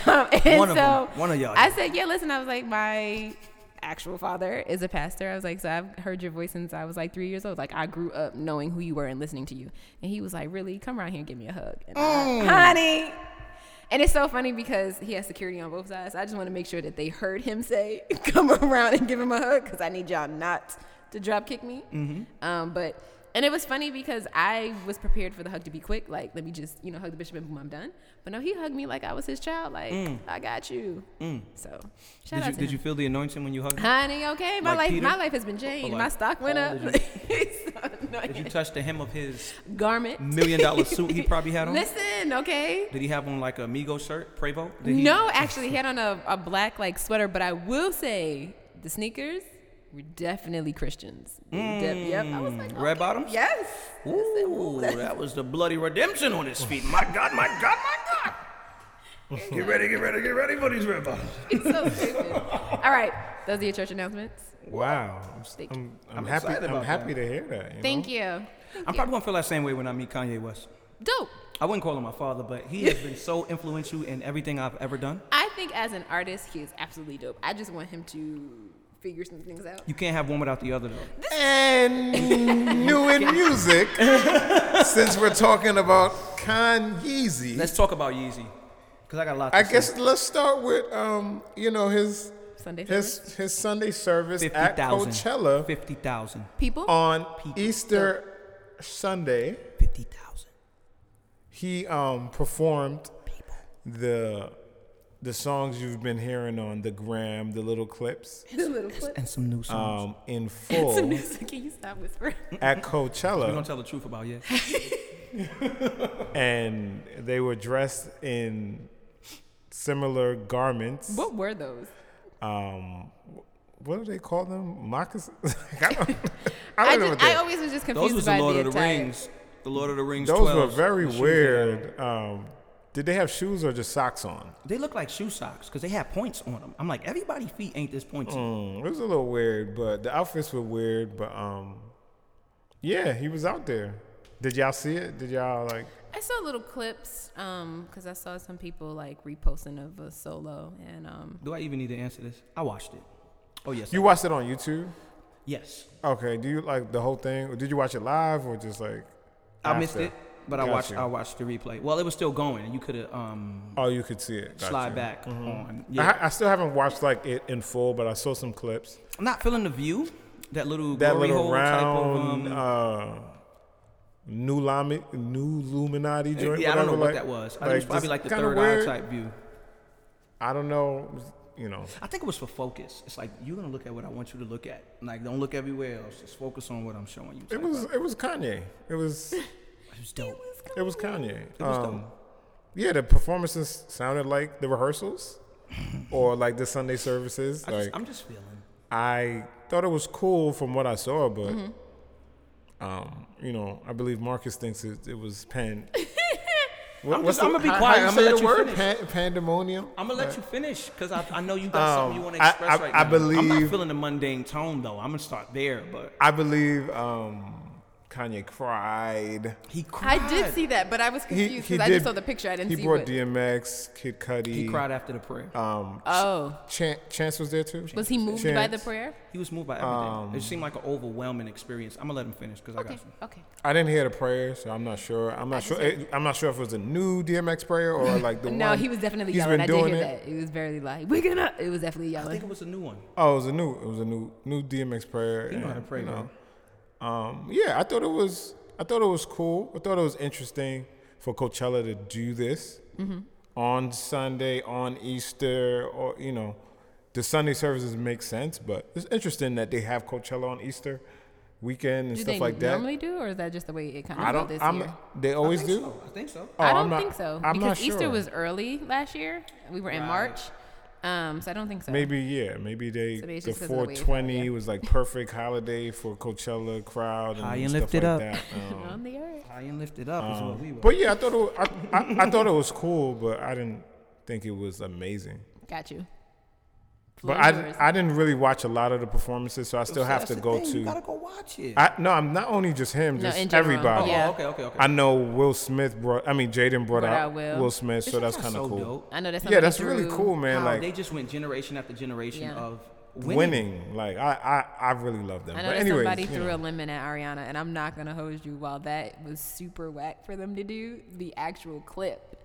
Speaker 3: um, and
Speaker 2: One of 'em.
Speaker 3: so
Speaker 2: One of y'all.
Speaker 3: i said yeah listen i was like my actual father is a pastor i was like so i've heard your voice since i was like three years old like i grew up knowing who you were and listening to you and he was like really come around here and give me a hug and I'm
Speaker 2: Mm.
Speaker 3: like, honey and it's so funny because he has security on both sides. I just want to make sure that they heard him say, "Come around and give him a hug," because I need y'all not to drop kick me.
Speaker 2: Mm-hmm.
Speaker 3: Um, but and it was funny because I was prepared for the hug to be quick, like let me just you know hug the bishop and boom, I'm done. But no, he hugged me like I was his child, like I got you. So shout
Speaker 2: Mm. Did
Speaker 3: out
Speaker 2: you
Speaker 3: to
Speaker 2: did
Speaker 3: him.
Speaker 2: you feel the anointing when you hugged? him?
Speaker 3: Honey, okay, my
Speaker 2: Like
Speaker 3: life,
Speaker 2: Peter?
Speaker 3: my life has been changed.
Speaker 2: Or
Speaker 3: my
Speaker 2: like
Speaker 3: stock went
Speaker 2: Paul,
Speaker 3: up.
Speaker 2: did
Speaker 3: It's so annoying.
Speaker 2: Did you touch the hem of his
Speaker 3: Garment,
Speaker 2: million dollar suit he probably had on?
Speaker 3: Listen, okay.
Speaker 2: Did he have on like a Migo shirt, Prevo? Did he-
Speaker 3: No, actually, he had on a, a black like sweater, but I will say the sneakers were definitely Christians. They def- yep, I was like,
Speaker 4: Mm,
Speaker 2: Red
Speaker 3: okay,
Speaker 2: bottoms?
Speaker 3: Yes. I said,
Speaker 2: Ooh,
Speaker 3: that's-
Speaker 2: that was the bloody redemption on his feet. My God, my God, my God. Get ready, get ready, get ready for these red bottoms.
Speaker 3: it's so stupid. All right, those are your church announcements.
Speaker 4: Wow. I'm,
Speaker 3: Thank you.
Speaker 4: I'm, I'm
Speaker 2: I'm
Speaker 4: happy.
Speaker 2: excited
Speaker 4: I'm
Speaker 2: about
Speaker 4: happy to hear that. You
Speaker 3: Thank
Speaker 4: know?
Speaker 3: you.
Speaker 2: I'm probably gonna feel that same way when I meet Kanye West.
Speaker 3: Dope.
Speaker 2: I wouldn't call him my father, but he has been so influential in everything I've ever done.
Speaker 3: I think as an artist, he is absolutely dope. I just want him to figure some things out.
Speaker 2: You can't have one without the other, though.
Speaker 4: And new in music, since we're talking about Kanye,
Speaker 2: Let's talk about Yeezy, because I got a lot. To
Speaker 4: I
Speaker 2: say.
Speaker 4: guess let's start with um, you know his
Speaker 3: Sunday
Speaker 4: his his Sunday service at
Speaker 2: 50,000.
Speaker 4: Coachella
Speaker 2: 50,000.
Speaker 3: People.
Speaker 4: on Easter Sunday.
Speaker 2: 50,000.
Speaker 4: He um, performed the the songs you've been hearing on the gram, the little clips,
Speaker 3: the little clip.
Speaker 2: And some new songs.
Speaker 4: um, in full
Speaker 3: Can you stop whispering?
Speaker 4: at
Speaker 2: We're going
Speaker 4: Coachella,
Speaker 2: to tell the truth about Ye.
Speaker 4: and they were dressed in similar garments.
Speaker 3: What were those?
Speaker 4: Um, what do they call them? Moccasins? I don't, I don't
Speaker 3: I,
Speaker 4: know
Speaker 3: just,
Speaker 4: what they.
Speaker 3: I always was just
Speaker 2: Those
Speaker 3: confused
Speaker 2: was
Speaker 3: by
Speaker 2: the Lord of the
Speaker 3: attire.
Speaker 2: Rings. The Lord of the Rings.
Speaker 4: Those were
Speaker 2: 12s,
Speaker 4: very
Speaker 2: the shoes they had.
Speaker 4: weird. Um, did they have shoes or just socks on?
Speaker 2: They look like shoe socks because they had points on them. I'm like, everybody's feet ain't this pointy.
Speaker 4: Mm, it was a little weird, but the outfits were weird. But um, yeah, he was out there. Did y'all see it? Did y'all like?
Speaker 3: I saw little clips um, 'cause because I saw some people like reposting of a solo, and um,
Speaker 2: Do I even need to answer this? I watched it. Oh yes.
Speaker 4: You watched it on YouTube?
Speaker 2: yes.
Speaker 4: Okay. Do you like the whole thing, or did you watch it live, or just like?
Speaker 2: I missed
Speaker 4: after?
Speaker 2: it, but I watched.
Speaker 4: Gotcha.
Speaker 2: I watched the replay. Well, it was still going, and you could have um,
Speaker 4: Oh, you could see it. Gotcha. Mm-hmm.
Speaker 2: slide back on.
Speaker 4: I,
Speaker 2: Yeah.
Speaker 4: ha- I still haven't watched like it in full, but I saw some clips.
Speaker 2: I'm not feeling the view. That little
Speaker 4: That
Speaker 2: glory
Speaker 4: little
Speaker 2: hole
Speaker 4: round
Speaker 2: type of. Um,
Speaker 4: uh, new Lami, new Illuminati joint.
Speaker 2: yeah, I don't know
Speaker 4: whatever,
Speaker 2: what
Speaker 4: like-
Speaker 2: that was. I think it was probably
Speaker 4: just
Speaker 2: like the
Speaker 4: kinda
Speaker 2: third
Speaker 4: weird.
Speaker 2: eye type view.
Speaker 4: I don't know. You know.
Speaker 2: I think it was for focus. It's like you're gonna look at what I want you to look at. Like don't look everywhere else. Just focus on what I'm showing you.
Speaker 4: It
Speaker 2: type
Speaker 4: was
Speaker 2: vibe.
Speaker 4: it was Kanye. It was
Speaker 2: It was dope.
Speaker 4: it was Kanye.
Speaker 2: It was
Speaker 4: Um,
Speaker 2: dope.
Speaker 4: yeah, the performances sounded like the rehearsals, or like the Sunday services.
Speaker 2: I
Speaker 4: like
Speaker 2: just, I'm just feeling.
Speaker 4: I thought it was cool from what I saw, but
Speaker 3: Mm-hmm.
Speaker 4: um, you know, I believe Marcus thinks it, it was pan. What-
Speaker 2: I'm
Speaker 4: what's
Speaker 2: just- I'm gonna be
Speaker 4: how-
Speaker 2: quiet.
Speaker 4: how you
Speaker 2: I'm
Speaker 4: say
Speaker 2: gonna
Speaker 4: the
Speaker 2: let you
Speaker 4: word?
Speaker 2: finish.
Speaker 4: Pan- pandemonium.
Speaker 2: I'm gonna let you finish because I, I know you got something you want to
Speaker 4: I-
Speaker 2: express
Speaker 4: Um, I-
Speaker 2: right
Speaker 4: I
Speaker 2: now. I'm
Speaker 4: believe-
Speaker 2: not feeling the mundane tone though. I'm gonna start there, but
Speaker 4: I believe um, Kanye cried.
Speaker 2: he cried.
Speaker 3: I did see that, but I was confused because I just saw the picture. I didn't
Speaker 4: he
Speaker 3: see
Speaker 4: brought
Speaker 3: what.
Speaker 4: DMX, Kid Cudi.
Speaker 2: He cried after the prayer.
Speaker 4: Um,
Speaker 3: oh,
Speaker 4: Chan- Chance was there too.
Speaker 3: was he moved by the
Speaker 4: Chance.
Speaker 3: prayer?
Speaker 2: he was moved by everything.
Speaker 4: um,
Speaker 2: it seemed like an overwhelming experience. I'm gonna let him finish because I
Speaker 3: Okay,
Speaker 2: got some.
Speaker 3: okay.
Speaker 4: I didn't hear the prayer, so I'm not sure. I'm not sure. I'm not sure if it was a new DMX prayer or like the
Speaker 3: No,
Speaker 4: one.
Speaker 3: he was definitely
Speaker 4: he's
Speaker 3: yelling.
Speaker 4: been
Speaker 3: I did
Speaker 4: doing
Speaker 3: hear
Speaker 4: it.
Speaker 3: that. It was barely like waking up. It was definitely
Speaker 2: I think
Speaker 3: yelling.
Speaker 2: it was a new one.
Speaker 4: Oh, it was a new, it was a new, new DMX prayer.
Speaker 2: You know how
Speaker 4: and,
Speaker 2: to pray, man.
Speaker 4: um, yeah, I thought it was, I thought it was cool. I thought it was interesting for Coachella to do this
Speaker 3: Mm-hmm.
Speaker 4: on Sunday, on Easter, or you know, the Sunday services make sense, but it's interesting that they have Coachella on Easter weekend and
Speaker 3: Do
Speaker 4: stuff
Speaker 3: they
Speaker 4: like that.
Speaker 3: normally do, or is that just the way it kind of
Speaker 4: I don't.
Speaker 3: this
Speaker 4: I'm.
Speaker 3: year?
Speaker 4: They always do.
Speaker 2: So, I think so.
Speaker 4: Oh,
Speaker 3: I
Speaker 4: I'm
Speaker 3: don't
Speaker 4: not-
Speaker 3: think so
Speaker 4: I'm
Speaker 3: because
Speaker 4: not
Speaker 3: Easter
Speaker 4: sure.
Speaker 3: was early last year. We were in March, um, so I don't think so.
Speaker 4: Maybe yeah, maybe they
Speaker 3: So maybe it's
Speaker 4: the
Speaker 3: just 'cause of the way it fell,
Speaker 4: 420 was like perfect holiday for Coachella crowd and
Speaker 2: High and
Speaker 4: stuff
Speaker 2: lifted
Speaker 4: like
Speaker 2: up.
Speaker 4: that. Um,
Speaker 3: on the earth.
Speaker 2: High and lifted up is what we were.
Speaker 4: but yeah, I thought it was, I, I, I thought it was cool, but I didn't think it was amazing.
Speaker 3: Got you.
Speaker 4: But
Speaker 3: Floor
Speaker 4: I,
Speaker 3: yours.
Speaker 4: I didn't really watch a lot of the performances, so I still
Speaker 2: So
Speaker 4: have
Speaker 2: that's
Speaker 4: to
Speaker 2: the
Speaker 4: go
Speaker 2: thing, You gotta
Speaker 4: to.
Speaker 2: go watch it.
Speaker 4: I, no, I'm not only just him,
Speaker 3: No,
Speaker 4: just
Speaker 3: in general.
Speaker 4: everybody.
Speaker 2: oh,
Speaker 3: yeah.
Speaker 2: okay, okay, okay.
Speaker 4: I know Will Smith brought. I mean, Jaden brought,
Speaker 3: Brought
Speaker 4: out
Speaker 3: out Will.
Speaker 4: Will Smith, so that's kind of
Speaker 2: so
Speaker 4: cool.
Speaker 2: Dope.
Speaker 3: I know that's
Speaker 4: Yeah,
Speaker 3: somebody
Speaker 4: that's really
Speaker 3: drew.
Speaker 4: cool, man.
Speaker 2: How
Speaker 4: like
Speaker 2: they just went generation after generation
Speaker 3: Yeah.
Speaker 2: of
Speaker 4: winning.
Speaker 2: winning.
Speaker 4: like I, I, I really love them.
Speaker 3: I know
Speaker 4: but
Speaker 3: that
Speaker 4: anyways,
Speaker 3: somebody
Speaker 4: you
Speaker 3: threw
Speaker 4: know.
Speaker 3: a lemon at Ariana, and I'm not gonna hose you. While that was super whack for them to do, the actual clip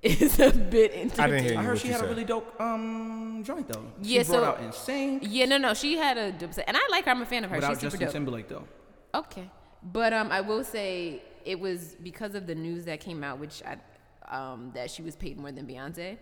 Speaker 3: is a bit
Speaker 4: I didn't hear
Speaker 3: entertaining.
Speaker 4: you.
Speaker 2: I heard
Speaker 4: what
Speaker 2: she
Speaker 4: you
Speaker 2: had
Speaker 4: said.
Speaker 2: a really dope um joint though. She
Speaker 3: Yeah,
Speaker 2: brought
Speaker 3: so-
Speaker 2: out in sync
Speaker 3: Yeah, no, no, she had a and I like her. I'm a fan of her.
Speaker 2: without
Speaker 3: She's super
Speaker 2: Justin
Speaker 3: dope.
Speaker 2: Timberlake though.
Speaker 3: Okay, but um, I will say it was because of the news that came out, which I, um, that she was paid more than Beyonce.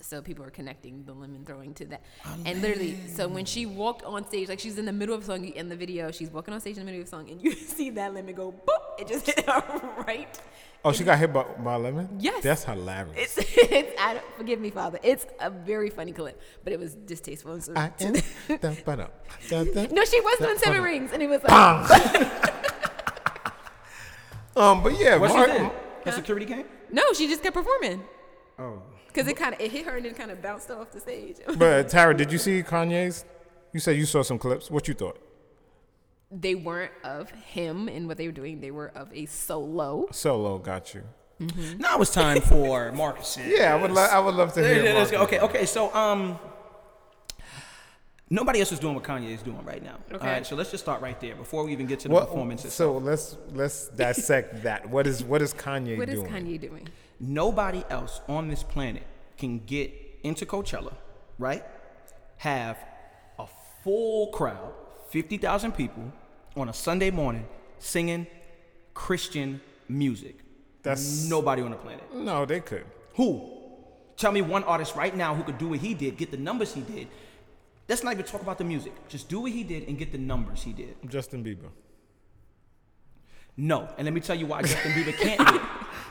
Speaker 3: So people are connecting the lemon throwing to that, and literally, so when she walked on stage, like she's in the middle of a song in the video, she's walking on stage in the middle of a song, and you see that lemon go boop, it just hit her right.
Speaker 4: Oh, she got hit by, by a lemon?
Speaker 3: Yes.
Speaker 4: That's hilarious.
Speaker 3: It's, it's I don't, forgive me, Father. It's a very funny clip, but it was distasteful. So
Speaker 4: I am- uh, da, ba, da, da, da.
Speaker 3: no, she was
Speaker 4: da,
Speaker 3: doing seven
Speaker 4: ba,
Speaker 3: rings, and it was like,
Speaker 4: da. Um, but yeah,
Speaker 2: What
Speaker 4: Mar-
Speaker 2: she did? The security came.
Speaker 3: no, she just kept performing.
Speaker 2: Oh.
Speaker 3: Cause it kind of it hit her and then kind of bounced off the stage.
Speaker 4: But uh, Tara, did you see Kanye's? You said you saw some clips. What you thought?
Speaker 3: they weren't of him and what they were doing. They were of a solo.
Speaker 4: Solo got you.
Speaker 2: Now it's time for Marcus.
Speaker 4: Yeah, I would. Lo- I would love to
Speaker 2: Yeah,
Speaker 4: hear.
Speaker 2: yeah, let's go.
Speaker 4: Marcus.
Speaker 2: Okay, okay. So um, nobody else is doing what Kanye is doing right now.
Speaker 3: Okay.
Speaker 2: All right, so let's just start right there before we even get to the
Speaker 4: What,
Speaker 2: performances.
Speaker 4: so let's let's dissect that. What is what is Kanye
Speaker 3: What is
Speaker 4: doing?
Speaker 3: Kanye doing?
Speaker 2: nobody else on this planet can get into Coachella, right? Have a full crowd, 50,000 people on a Sunday morning singing Christian music.
Speaker 4: That's-
Speaker 2: nobody on the planet.
Speaker 4: No, they could.
Speaker 2: Who? Tell me one artist right now who could do what he did, get the numbers he did. Let's not even talk about the music. Just do what he did and get the numbers he did.
Speaker 4: Justin Bieber.
Speaker 2: No. And let me tell you why Justin Bieber can't do it.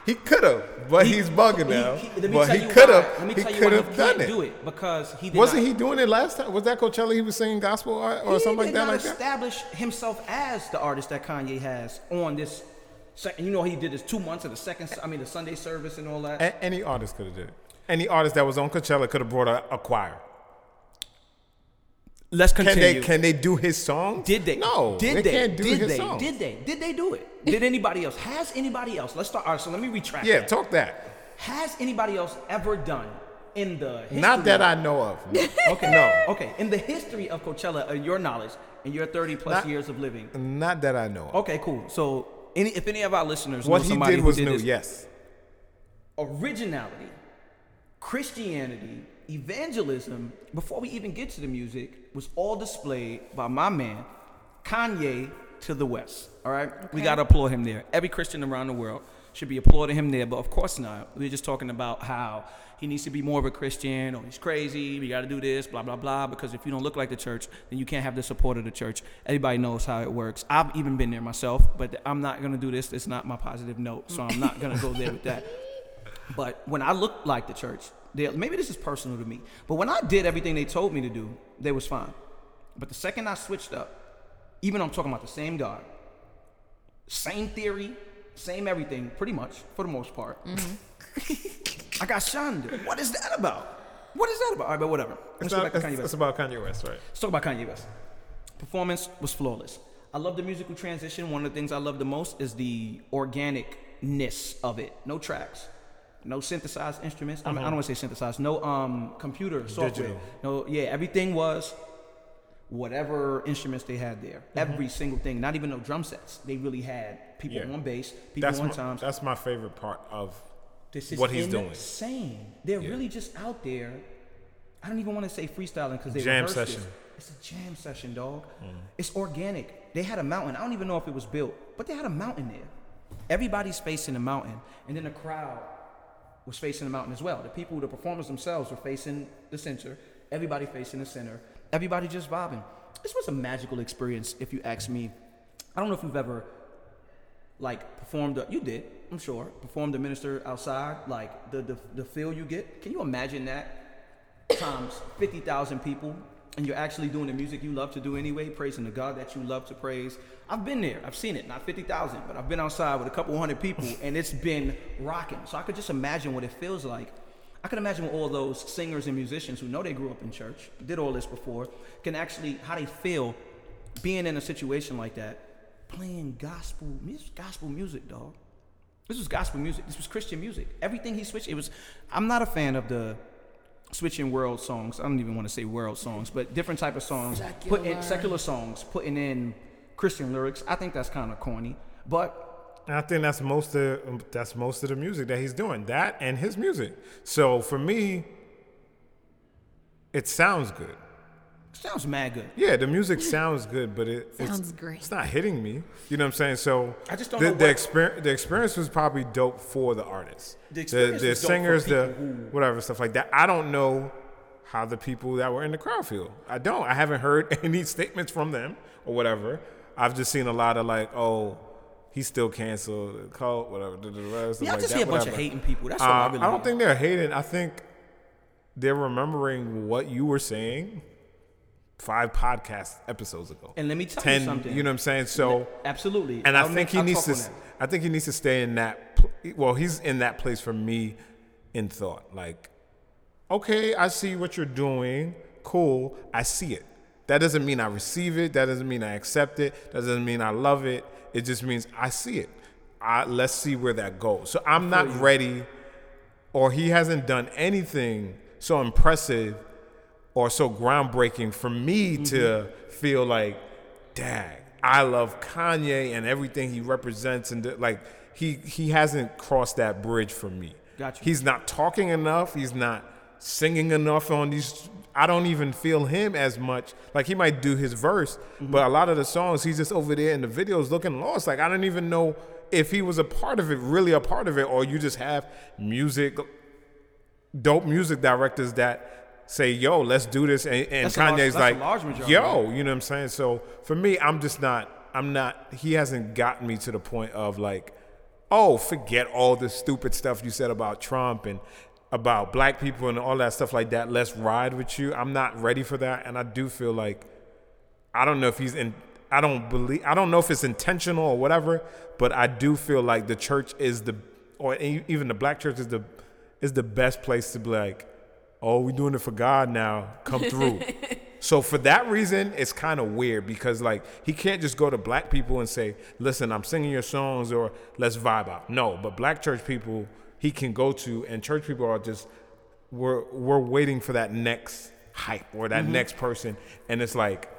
Speaker 4: He could have, but he's bugging
Speaker 2: He-
Speaker 4: now.
Speaker 2: he- let me
Speaker 4: but
Speaker 2: tell
Speaker 4: he
Speaker 2: you
Speaker 4: could
Speaker 2: why-
Speaker 4: have.
Speaker 2: Let me
Speaker 4: He
Speaker 2: tell you
Speaker 4: could
Speaker 2: why
Speaker 4: have
Speaker 2: he
Speaker 4: done
Speaker 2: can't
Speaker 4: it.
Speaker 2: do it because he did
Speaker 4: Wasn't
Speaker 2: not-
Speaker 4: he doing it last time? Was that Coachella? He was singing gospel or, or
Speaker 2: he
Speaker 4: something like
Speaker 2: did
Speaker 4: that.
Speaker 2: Not
Speaker 4: Like that.
Speaker 2: establish himself as the artist that Kanye has on this. Second, you know he did this two months of the second. I mean the Sunday service and all that.
Speaker 4: A- any artist could have did it. Any artist that was on Coachella could have brought a, a choir.
Speaker 2: Let's
Speaker 4: Can
Speaker 2: continue.
Speaker 4: they can they do his song?
Speaker 2: Did they?
Speaker 4: No.
Speaker 2: Did
Speaker 4: they,
Speaker 2: they?
Speaker 4: can't do
Speaker 2: did
Speaker 4: his
Speaker 2: they?
Speaker 4: song.
Speaker 2: Did they? Did they do it? Did anybody else? Has anybody else? Let's start. All right. So let me retract.
Speaker 4: yeah,
Speaker 2: that.
Speaker 4: talk that.
Speaker 2: Has anybody else ever done in the history
Speaker 4: Not that I know of. No.
Speaker 2: Okay.
Speaker 4: No.
Speaker 2: Okay. In the history of Coachella, uh, your knowledge and your 30 plus
Speaker 4: Not-
Speaker 2: years of living.
Speaker 4: Not that I know of.
Speaker 2: Okay, cool. So, any if any of our listeners
Speaker 4: What
Speaker 2: know
Speaker 4: he
Speaker 2: somebody
Speaker 4: did was
Speaker 2: who did
Speaker 4: new,
Speaker 2: this,
Speaker 4: yes.
Speaker 2: originality, Christianity, evangelism, before we even get to the music, was all displayed by my man, Kanye to the West. All right? We got to applaud him there. Every Christian around the world should be applauding him there, but of course not. We're just talking about how he needs to be more of a Christian or he's crazy, we got to do this, blah, blah, blah, because if you don't look like the church, then you can't have the support of the church. Everybody knows how it works. I've even been there myself, but I'm not going to do this. It's not my positive note, so I'm not going to go there with that. But when I looked like the church, they, maybe this is personal to me, but when I did everything they told me to do, they was fine. But the second I switched up, even though I'm talking about the same God, same theory, same everything, pretty much for the most part, I got shunned. What is that about? What is that about? All right, but whatever. Let's
Speaker 4: It's,
Speaker 2: go
Speaker 4: not,
Speaker 2: back to
Speaker 4: it's,
Speaker 2: Kanye West.
Speaker 4: it's about Kanye West, right?
Speaker 2: Let's talk about Kanye West. Performance was flawless. I love the musical transition. One of the things I love the most is the organicness of it. No tracks, no synthesized instruments. I, mean, I don't want to say synthesized. No um, computer software.
Speaker 4: Uh-huh. Digital.
Speaker 2: No, yeah, everything was whatever instruments they had there.
Speaker 4: Mm-hmm.
Speaker 2: Every single thing. Not even no drum sets. They really had people
Speaker 4: Yeah.
Speaker 2: on bass, people
Speaker 4: That's
Speaker 2: on
Speaker 4: my,
Speaker 2: times.
Speaker 4: that's my favorite part of
Speaker 2: This is
Speaker 4: what he's doing.
Speaker 2: insane. They're really just out there. I don't even want to say freestyling because they
Speaker 4: Jam
Speaker 2: rehearsed
Speaker 4: session. Mm.
Speaker 2: This. It's a jam session, dog. It's organic. They had a mountain. I don't even know if it was built, but they had a mountain there. Everybody's facing the mountain, and then the crowd was facing the mountain as well. The people, the performers themselves, were facing the center. Everybody facing the center. Everybody just vibing. This was a magical experience, if you ask me. I don't know if you've ever like performed a, you did i'm sure performed a minister outside like the, the the feel you get can you imagine that times 50000 people and you're actually doing the music you love to do anyway praising the god that you love to praise i've been there i've seen it not 50000 but i've been outside with a couple hundred people and it's been rocking so i could just imagine what it feels like i could imagine what all those singers and musicians who know they grew up in church did all this before can actually how they feel being in a situation like that playing gospel music, gospel music, dog. This was gospel music. This was Christian music. Everything he switched, it was. I'm not a fan of the switching world songs. I don't even want to say world songs, but different type of songs. Put in
Speaker 3: Secular.
Speaker 2: secular songs, putting in Christian lyrics. I think that's kind of corny. But
Speaker 4: And I think that's most of um, that's most of the music that he's doing. That and his music. So for me, it sounds good.
Speaker 2: it sounds mad good.
Speaker 4: Yeah, the music sounds good, but it it's-
Speaker 3: Sounds great.
Speaker 4: It's not hitting me. You know what I'm saying? So
Speaker 2: I just don't
Speaker 4: the,
Speaker 2: know
Speaker 4: the
Speaker 2: what-
Speaker 4: experience. The experience was probably dope for the artists,
Speaker 2: The experience was dope for
Speaker 4: singers, the
Speaker 2: people who-
Speaker 4: whatever stuff like that. I don't know how the people that were in the crowd feel. I don't. I haven't heard any statements from them or whatever. I've just seen a lot of like, oh, he's still canceled, the cult, whatever. da, da, da, da, stuff
Speaker 2: Yeah, I
Speaker 4: like
Speaker 2: just
Speaker 4: that,
Speaker 2: see a bunch of
Speaker 4: whatever.
Speaker 2: hating people. That's
Speaker 4: Uh,
Speaker 2: all I really.
Speaker 4: don't think they're hating. I think they're remembering what you were saying five podcast episodes ago.
Speaker 2: And let me tell you
Speaker 4: ten,
Speaker 2: something.
Speaker 4: You know what I'm saying? So,
Speaker 2: absolutely.
Speaker 4: and I
Speaker 2: I'll
Speaker 4: think
Speaker 2: make-
Speaker 4: he
Speaker 2: I'll
Speaker 4: needs
Speaker 2: talk
Speaker 4: to.
Speaker 2: on
Speaker 4: s-
Speaker 2: that.
Speaker 4: I think he needs to stay in that. pl- Well, he's in that place for me, in thought. Like, okay, I see what you're doing. Cool, I see it. That doesn't mean I receive it. That doesn't mean I accept it. That doesn't mean I love it. It just means I see it. I, let's see where that goes. So I'm not ready or he hasn't done anything so impressive or so groundbreaking for me to feel like, dang, I love Kanye and everything he represents, and like he he hasn't crossed that bridge for me.
Speaker 2: Gotcha.
Speaker 4: He's not talking enough. He's not singing enough on these. I don't even feel him as much. Like he might do his verse, but a lot of the songs he's just over there in the videos looking lost. Like I don't even know if he was a part of it, really a part of it, or you just have music dope music directors that say, "Yo, let's do this," and, and
Speaker 2: That's a large-
Speaker 4: Kanye's
Speaker 2: that's a
Speaker 4: like,
Speaker 2: large majority.
Speaker 4: "Yo," you know what I'm saying? So for me, I'm just not. I'm not. He hasn't gotten me to the point of like, "Oh, forget all the stupid stuff you said about Trump and." About black people and all that stuff like that. Let's ride with you. I'm not ready for that, and I do feel like I don't know if he's in. I don't believe. I don't know if it's intentional or whatever, but I do feel like the church is the, or e- even the black church is the, is the best place to be like, oh, we're doing it for God now. Come through. So for that reason, it's kind of weird because like he can't just go to black people and say, "Listen, I'm singing your songs," or "Let's vibe out." No, but black church people he can go to, and church people are just we're we're waiting for that next hype or that next person, and it's like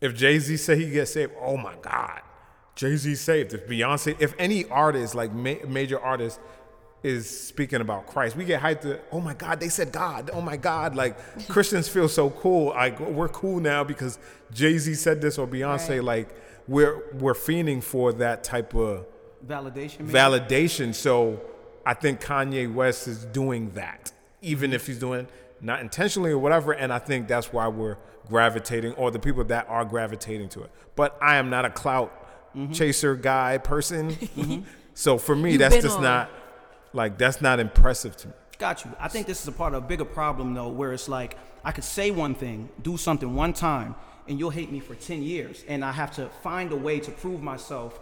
Speaker 4: if Jay Z say he gets saved, oh my God, Jay Z saved. If Beyonce, if any artist like ma- major artist is speaking about Christ, we get hyped. To, oh my God, they said God. Oh my God, like Christians feel so cool. Like we're cool now because Jay Z said this or Beyonce.
Speaker 3: Right.
Speaker 4: Like we're we're fiending for that type of
Speaker 2: Validation. maybe?
Speaker 4: validation. So I think Kanye West is doing that, even if he's doing it not intentionally or whatever. And I think that's why we're gravitating, or the people that are gravitating to it. But I am not a clout
Speaker 2: Mm-hmm.
Speaker 4: chaser guy person, so for me,
Speaker 3: You've
Speaker 4: that's
Speaker 3: been
Speaker 4: just
Speaker 3: on.
Speaker 4: not like that's not impressive to me.
Speaker 2: Got you. I think this is a part of a bigger problem though, where it's like I could say one thing, do something one time, and you'll hate me for ten years, and I have to find a way to prove myself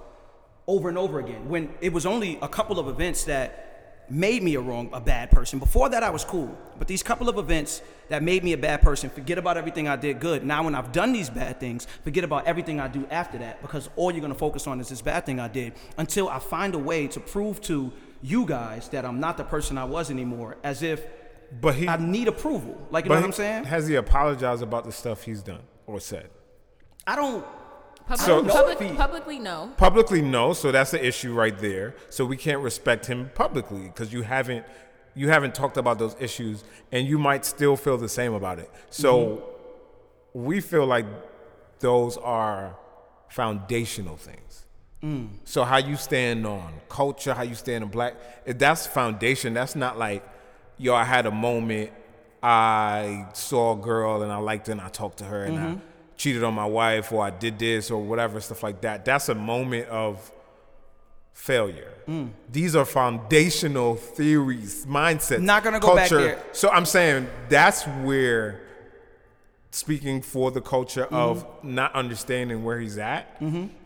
Speaker 2: over and over again. When it was only a couple of events that made me a wrong, a bad person. Before that, I was cool, but these couple of events that made me a bad person. Forget about everything I did good. Now, when I've done these bad things, forget about everything I do after that, because all you're gonna focus on is this bad thing I did until I find a way to prove to you guys that I'm not the person I was anymore, as if
Speaker 4: But he,
Speaker 2: I need approval. Like you
Speaker 4: but
Speaker 2: know what
Speaker 4: he-
Speaker 2: I'm saying?
Speaker 4: Has he apologized about the stuff he's done or said?
Speaker 2: I don't.
Speaker 3: Public,
Speaker 4: So-
Speaker 2: Sophie-
Speaker 3: public, publicly, no.
Speaker 4: Publicly, no. So that's the issue right there. So we can't respect him publicly because you haven't you haven't talked about those issues, and you might still feel the same about it. So we feel like those are foundational things.
Speaker 2: Mm.
Speaker 4: So how you stand on culture, how you stand on black, if that's foundation. That's not like, yo, I had a moment, I saw a girl and I liked her and I talked to her and
Speaker 2: Mm-hmm.
Speaker 4: I cheated on my wife or I did this or whatever stuff like that. That's a moment of failure.
Speaker 2: Mm.
Speaker 4: These are foundational theories, mindsets,
Speaker 2: Not gonna go back
Speaker 4: culture.
Speaker 2: there.
Speaker 4: So I'm saying that's where speaking for the culture
Speaker 2: Mm-hmm.
Speaker 4: of not understanding where he's at,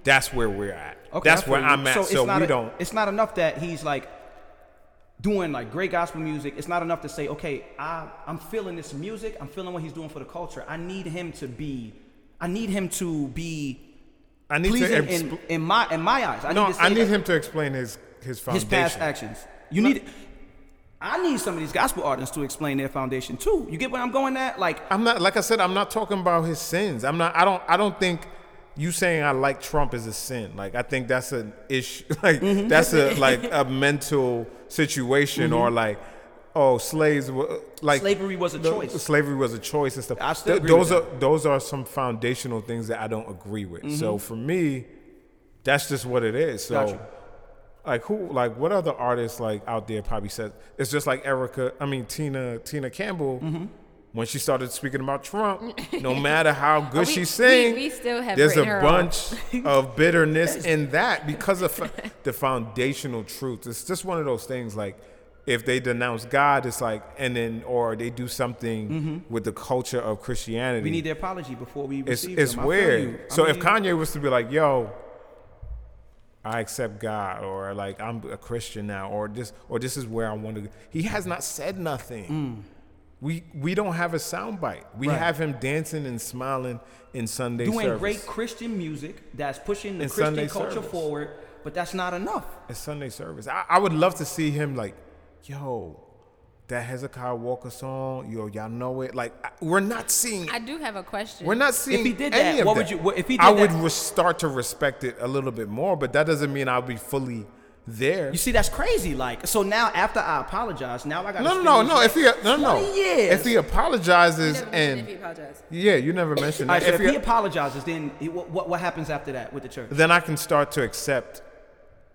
Speaker 4: that's where we're at.
Speaker 2: Okay,
Speaker 4: that's
Speaker 2: I
Speaker 4: where
Speaker 2: feel you.
Speaker 4: I'm at. So,
Speaker 2: it's not
Speaker 4: we
Speaker 2: a-
Speaker 4: don't.
Speaker 2: It's not enough that he's like doing like great gospel music. It's not enough to say, okay, I I'm feeling this music. I'm feeling what he's doing for the culture. I need him to be. I need him to be
Speaker 4: I need
Speaker 2: pleasing
Speaker 4: to.
Speaker 2: in,
Speaker 4: Expl-
Speaker 2: in my in my eyes. I
Speaker 4: no,
Speaker 2: need to
Speaker 4: I
Speaker 2: say
Speaker 4: need
Speaker 2: that-
Speaker 4: him to explain his his
Speaker 2: his
Speaker 4: foundation.
Speaker 2: past actions. You need. I need some of these gospel artists to explain their foundation too. You get where I'm going at? Like
Speaker 4: I'm not like I said. I'm not talking about his sins. I'm not. I don't. I don't think you saying I like Trump is a sin. Like I think that's an issue. Like
Speaker 2: Mm-hmm.
Speaker 4: that's a like a mental situation or like oh slaves were like
Speaker 2: Mm-hmm. Slavery was a
Speaker 4: the-
Speaker 2: choice.
Speaker 4: Slavery was a choice and stuff.
Speaker 2: I still
Speaker 4: Th-
Speaker 2: agree with
Speaker 4: those are those are some foundational things that I don't agree with. So for me, that's just what it is. So
Speaker 2: Mm-hmm. Gotcha.
Speaker 4: like who like what other artists like out there probably said it's just like Erica I mean Tina Tina Campbell
Speaker 3: Mm-hmm.
Speaker 4: when she started speaking about Trump no matter how good
Speaker 3: we-
Speaker 4: she
Speaker 3: we-
Speaker 4: sing
Speaker 3: we still have
Speaker 4: there's a
Speaker 3: written her
Speaker 4: bunch of bitterness in that because of the foundational truth it's just one of those things like if they denounce God it's like and then or they do something
Speaker 3: Mm-hmm.
Speaker 4: with the culture of Christianity
Speaker 2: we need their apology before we
Speaker 4: it's
Speaker 2: receive
Speaker 4: it's
Speaker 2: them. I feel you.
Speaker 4: weird.
Speaker 2: I
Speaker 4: So if
Speaker 2: mean-
Speaker 4: Kanye was to be like, "Yo, I accept God," or like, "I'm a Christian now," or this, or this is where I want to, go. he has not said nothing. We we don't have a soundbite. We
Speaker 2: Mm. Right.
Speaker 4: have him dancing and smiling in Sunday
Speaker 2: doing
Speaker 4: service.
Speaker 2: great Christian music that's pushing the
Speaker 4: And
Speaker 2: Christian
Speaker 4: Sunday
Speaker 2: culture
Speaker 4: service.
Speaker 2: forward, but that's not enough.
Speaker 4: in Sunday service. I, I would love to see him like, "Yo." That Hezekiah Walker song, yo, y'all know it. Like, I- we're not seeing
Speaker 3: I do have a question.
Speaker 4: We're not seeing.
Speaker 2: he did
Speaker 4: any
Speaker 2: that,
Speaker 4: of
Speaker 2: what would you- what- if he
Speaker 4: I
Speaker 2: did
Speaker 4: would
Speaker 2: that-
Speaker 4: re- start to respect it a little bit more, but that doesn't mean I'll be fully there.
Speaker 2: You see, that's crazy. Like, so now after I apologize, now I got
Speaker 4: no, no, no, no. If he no, no,
Speaker 2: 20 years.
Speaker 4: if he apologizes and
Speaker 3: apologize.
Speaker 4: yeah, you never mentioned that.
Speaker 2: so if
Speaker 4: If
Speaker 2: he
Speaker 4: he,
Speaker 2: apologizes, then he, what, what what happens after that with the church?
Speaker 4: then I can start to accept